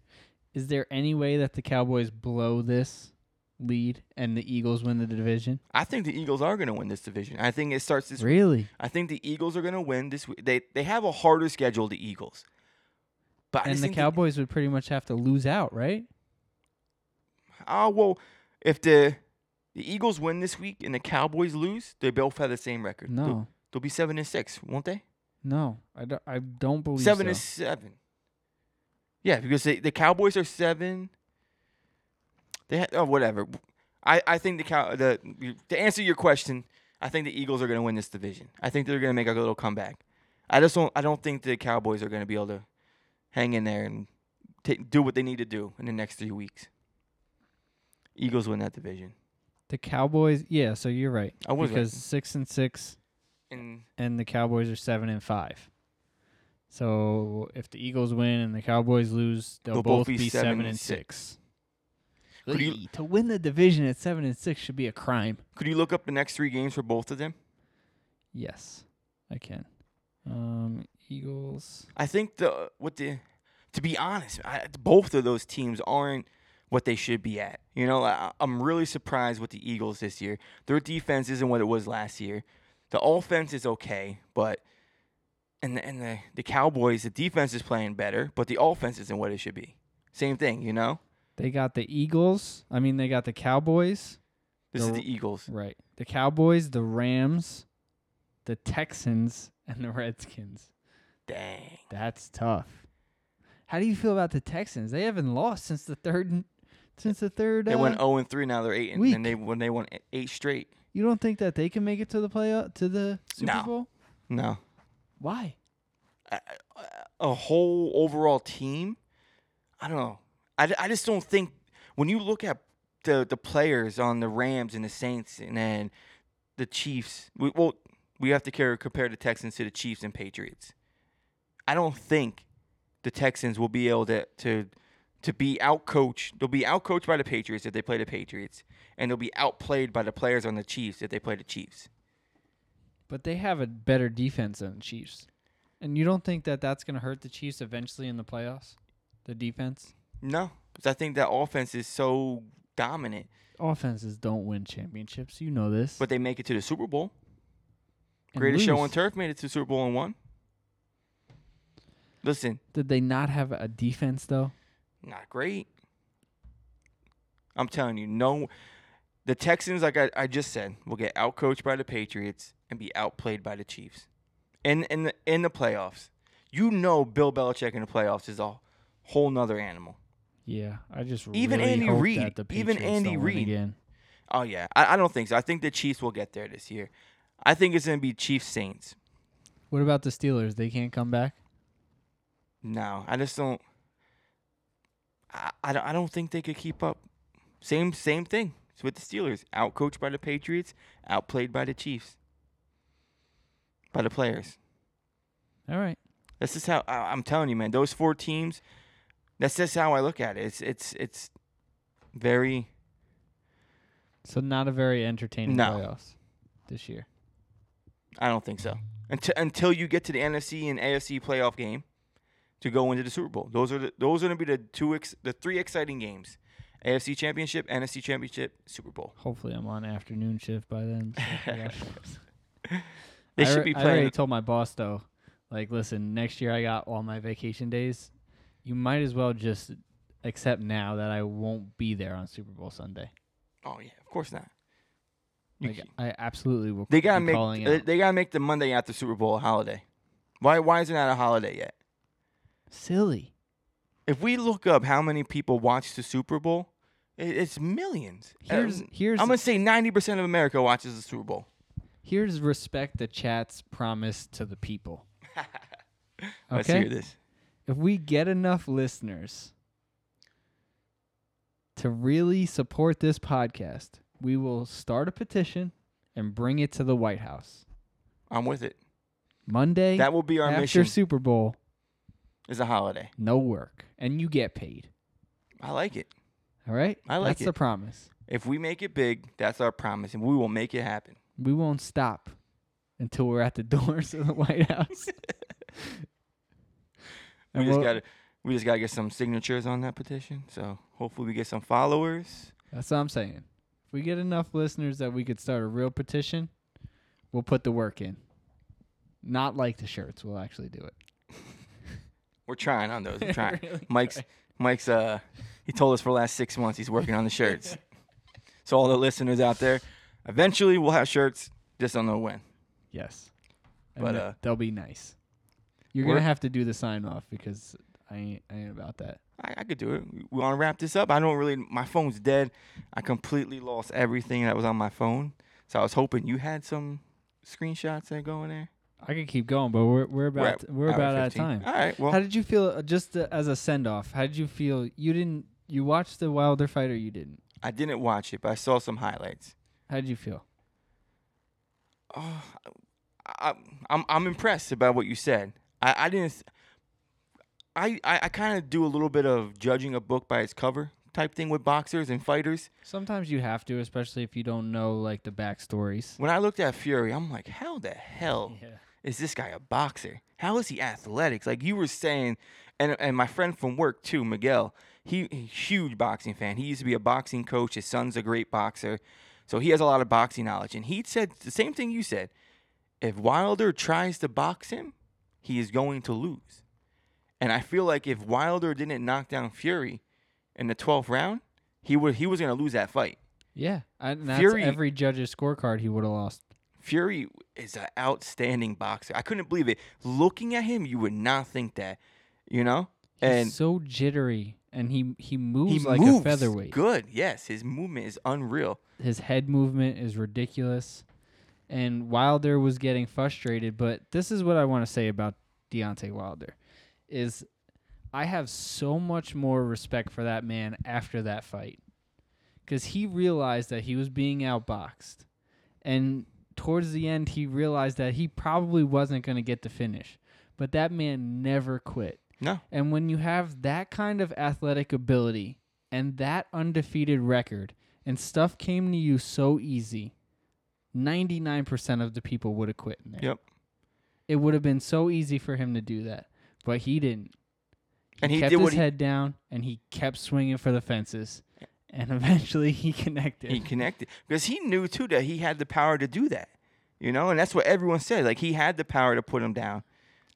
Is there any way that the Cowboys blow this lead and the Eagles win the division? I think the Eagles are gonna win this division. I think it starts this Really? I think the Eagles are gonna win this week. They they have a harder schedule, the Eagles. But I and just the think Cowboys would pretty much have to lose out, right? Oh well, if the the Eagles win this week and the Cowboys lose, they both have the same record. They'll- No. they'll be seven and six, won't they? No. I don't, I don't believe Seven so. and seven. Yeah, because they, the Cowboys are seven. They ha- oh whatever. I, I think the cow the you- to answer your question, I think the Eagles are going to win this division. I think they're going to make a little comeback. I just don't I don't think the Cowboys are going to be able to hang in there and ta do what they need to do in the next three weeks. Eagles win that division. The Cowboys, yeah, so you're right. I was right. Because six and six And and the Cowboys are seven and five. So if the Eagles win and the Cowboys lose, they'll, both, be, seven, and six. Could you- Lee, to win the division at seven and six should be a crime. Could you look up the next three games for both of them? Yes, I can. Um, Eagles. I think the what the to be honest, I, both of those teams aren't what they should be at. You know, I, I'm really surprised with the Eagles this year. Their defense isn't what it was last year. The offense is okay, but and the, and the the Cowboys, the defense is playing better, but the offense isn't what it should be. Same thing, you know. They got the Eagles. I mean, they got the Cowboys. This is The- the Eagles. Right. The Cowboys, the Rams, the Texans, and the Redskins. Dang. That's tough. How do you feel about the Texans? They haven't lost since the third. Since the third. They uh, went 0 and 3 now they're 8 and, weak. and they when they won 8 straight. You don't think that they can make it to the play uh, to the Super No. Bowl? No. Why? a- a whole overall team. I don't know. I, I just don't think when you look at the the players on the Rams and the Saints and then the Chiefs. We, well, we have to care, compare the Texans to the Chiefs and Patriots. I don't think the Texans will be able to to to be outcoached. They'll be outcoached by the Patriots if they play the Patriots, and they'll be outplayed by the players on the Chiefs if they play the Chiefs. But they have a better defense than the Chiefs. And you don't think that that's going to hurt the Chiefs eventually in the playoffs? The defense? No, 'cause I think that offense is so dominant, Offenses don't win championships. You know this. but they make it to the Super Bowl. And Greatest show lose. on turf made it to the Super Bowl and won. Listen, Did they not have a defense, though? not great. I'm telling you, no. The Texans, like I, I just said, will get outcoached by the Patriots and be outplayed by the Chiefs, in in the, in the playoffs. You know, Bill Belichick in the playoffs is a whole nother animal. Yeah, I just Even really Andy hope Reid- that the even Patriots Andy don't win Reid. again. Oh yeah, I, I don't think so. I think the Chiefs will get there this year. I think it's gonna be Chiefs Saints. What about the Steelers? They can't come back. No, I just don't. I, I don't. I don't think they could keep up. Same same thing. It's with the Steelers. Outcoached by the Patriots. Outplayed by the Chiefs. By the players. All right. That's just how I, I'm telling you, man. Those four teams. That's just how I look at it. It's it's it's very So not a very entertaining No. playoffs this year. I don't think so. Until until you get to the NFC and AFC playoff game to go into the Super Bowl. Those are the, those are going to be the two ex, the three exciting games. AFC Championship, NFC Championship, Super Bowl. Hopefully, I'm on afternoon shift by then. so I forgot. They I should re- be I playing. already told my boss though, like, listen, next year I got all my vacation days. You might as well just accept now that I won't be there on Super Bowl Sunday. oh yeah, of course not. You Like, c- I absolutely will. they be gotta make calling they, out. they gotta make the Monday after Super Bowl a holiday. Why why is it not a holiday yet? silly. If we look up how many people watch the Super Bowl, it, it's millions. Uh, Here's here's I'm gonna say 90% of America watches the Super Bowl. here's respect the chat's promise to the people. Let's Okay. hear this. if we get enough listeners to really support this podcast, we will start a petition and bring it to the White House. I'm with it. Monday That will be our after mission. Super Bowl, is a holiday. no work, and you get paid. I like it. All right? I like That's the it. promise. If we make it big, that's our promise, and we will make it happen. We won't stop until we're at the doors of the White House. We And just we'll- gotta, we just gotta get some signatures on that petition. So hopefully we get some followers. That's what I'm saying. If we get enough listeners that we could start a real petition, we'll put the work in. Not like the shirts, we'll actually do it. We're trying on those. We're trying. Mike's, Mike's. Uh, he told us for the last six months he's working on the shirts. so all the listeners out there, eventually we'll have shirts. Just don't know when. Yes. But, But uh, they'll be nice. You're we're- gonna have to do the sign off because I ain't, I ain't about that. I, I could do it. We want to wrap this up. I don't really. My phone's dead. I completely lost everything that was on my phone. So I was hoping you had some screenshots that go in there. I could keep going, but we're we're We're about at we're hour about out of 15. time. All right. Well, How did you feel? uh, Just uh, as a send off, how did you feel? You didn't you watched the Wilder fight or you didn't? I didn't watch it, but I saw some highlights. How did you feel? Oh, I, I'm I'm impressed about what you said. I, I didn't. I I, I kind of do a little bit of judging a book by its cover type thing with boxers and fighters. Sometimes you have to, especially if you don't know like the backstories. When I looked at Fury, I'm like, how the hell Yeah. is this guy a boxer? How is he athletics? Like you were saying, and and my friend from work too, Miguel. He he- huge boxing fan. He used to be a boxing coach. His son's a great boxer, so he has a lot of boxing knowledge. And he said the same thing you said. If Wilder tries to box him, he is going to lose. And I feel like if Wilder didn't knock down Fury in the 12th round, he would he was going to lose that fight. Yeah, I, and that's Fury- every judge's scorecard. He would have lost. Fury is an outstanding boxer. I couldn't believe it. Looking at him, you would not think that, you know. He's and so jittery, and he he moves he like moves a featherweight. good. Yes, his movement is unreal. His head movement is ridiculous, and Wilder was getting frustrated. But this is what I want to say about Deontay Wilder: is I have so much more respect for that man after that fight, because he realized that he was being outboxed, and towards the end, he realized that he probably wasn't going to get the finish. But that man never quit. No. And when you have that kind of athletic ability and that undefeated record, and stuff came to you so easy, 99% of the people would have quit in there. Yep. It would have been so easy for him to do that, but he didn't. And he kept did his what he, head down and he kept swinging for the fences. And eventually he connected. he connected because he knew too that he had the power to do that. You know, and that's what everyone said. Like he had the power to put him down.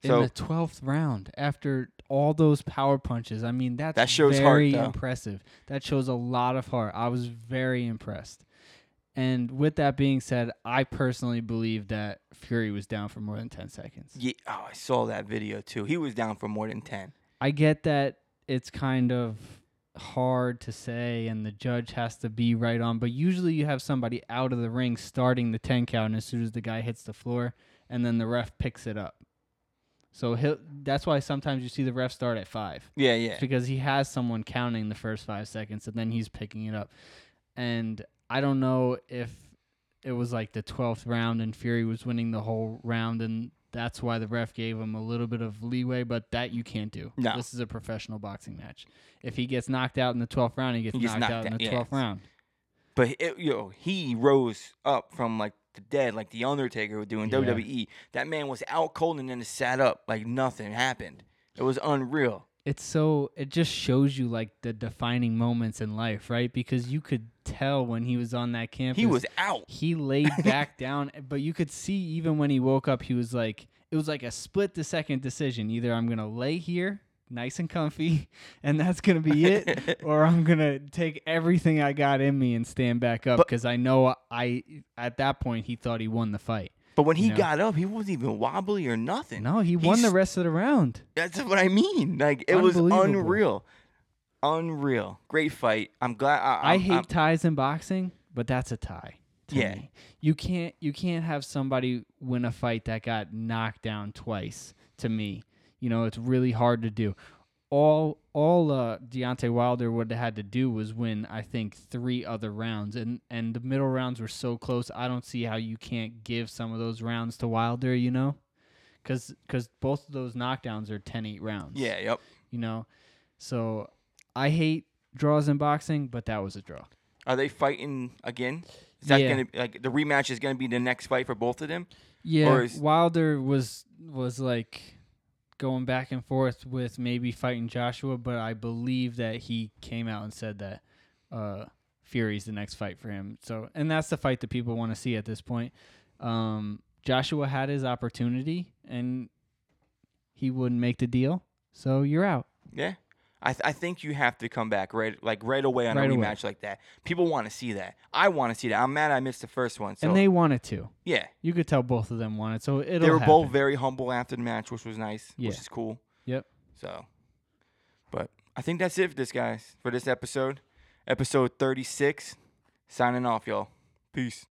So in the twelfth round after all those power punches. I mean, that's That shows heart, very though. impressive. That shows a lot of heart. I was very impressed. And with that being said, I personally believe that Fury was down for more than ten seconds. yeah, oh, I saw that video too. He was down for more than ten. I get that it's kind of hard to say and the judge has to be right on, but usually you have somebody out of the ring starting the 10 count and as soon as the guy hits the floor and then the ref picks it up. So he'll, that's why sometimes you see the ref start at 5 Yeah, yeah. because he has someone counting the first 5 seconds and then he's picking it up. And I don't know if it was like the 12th round and Fury was winning the whole round and that's why the ref gave him a little bit of leeway, but that you can't do. No. This is a professional boxing match. If he gets knocked out in the 12th round, he gets, He gets knocked, knocked out in out, the yeah. 12th round. But it, you know, he rose up from like the dead, like the Undertaker would do in Yeah. WWE. E. That man was out cold and then it sat up like nothing happened. It was unreal. It's so it just shows you like the defining moments in life, right? Because you could tell when he was on that campus He was out. he laid back down, but you could see even when he woke up, he was like, it was like a split the second decision. Either I'm going to lay here nice and comfy, and that's going to be it, or I'm going to take everything I got in me and stand back up But- because I know I, at that point, he thought he won the fight. But when he No. got up, he wasn't even wobbly or nothing. No, he won the s- rest of the round. That's what I mean. Like it was Unbelievable. unreal, unreal. Great fight. I'm glad. I, I I'm- hate I'm- ties in boxing, but that's a tie. to Yeah. me. you can't you can't have somebody win a fight that got knocked down twice. To me, you know, it's really hard to do. All all uh, Deontay Wilder would have had to do was win, I think, three other rounds, and and the middle rounds were so close. I don't see how you can't give some of those rounds to Wilder. You know, because both of those knockdowns are 10-8 rounds. yeah. Yep. you know, so I hate draws in boxing, but that was a draw. Are they fighting again? Is that Yeah. gonna like the rematch is gonna be the next fight for both of them? Yeah, Or is- Wilder was was like going back and forth with maybe fighting Joshua, but I believe that he came out and said that uh, Fury's the next fight for him. So, and that's the fight that people want to see at this point. Um, Joshua had his opportunity and he wouldn't make the deal, so you're out. Yeah. I, th- I think you have to come back right like right away on Right a away. rematch like that. People want to see that. I want to see that. I'm mad I missed the first one. So and they wanted to. yeah, You could tell both of them wanted, so it'll. they were both happen. very humble after the match, which was nice, Yeah. which is cool. Yep. So, but I think that's it for this guys for this episode, episode 36. Signing off, y'all. Peace.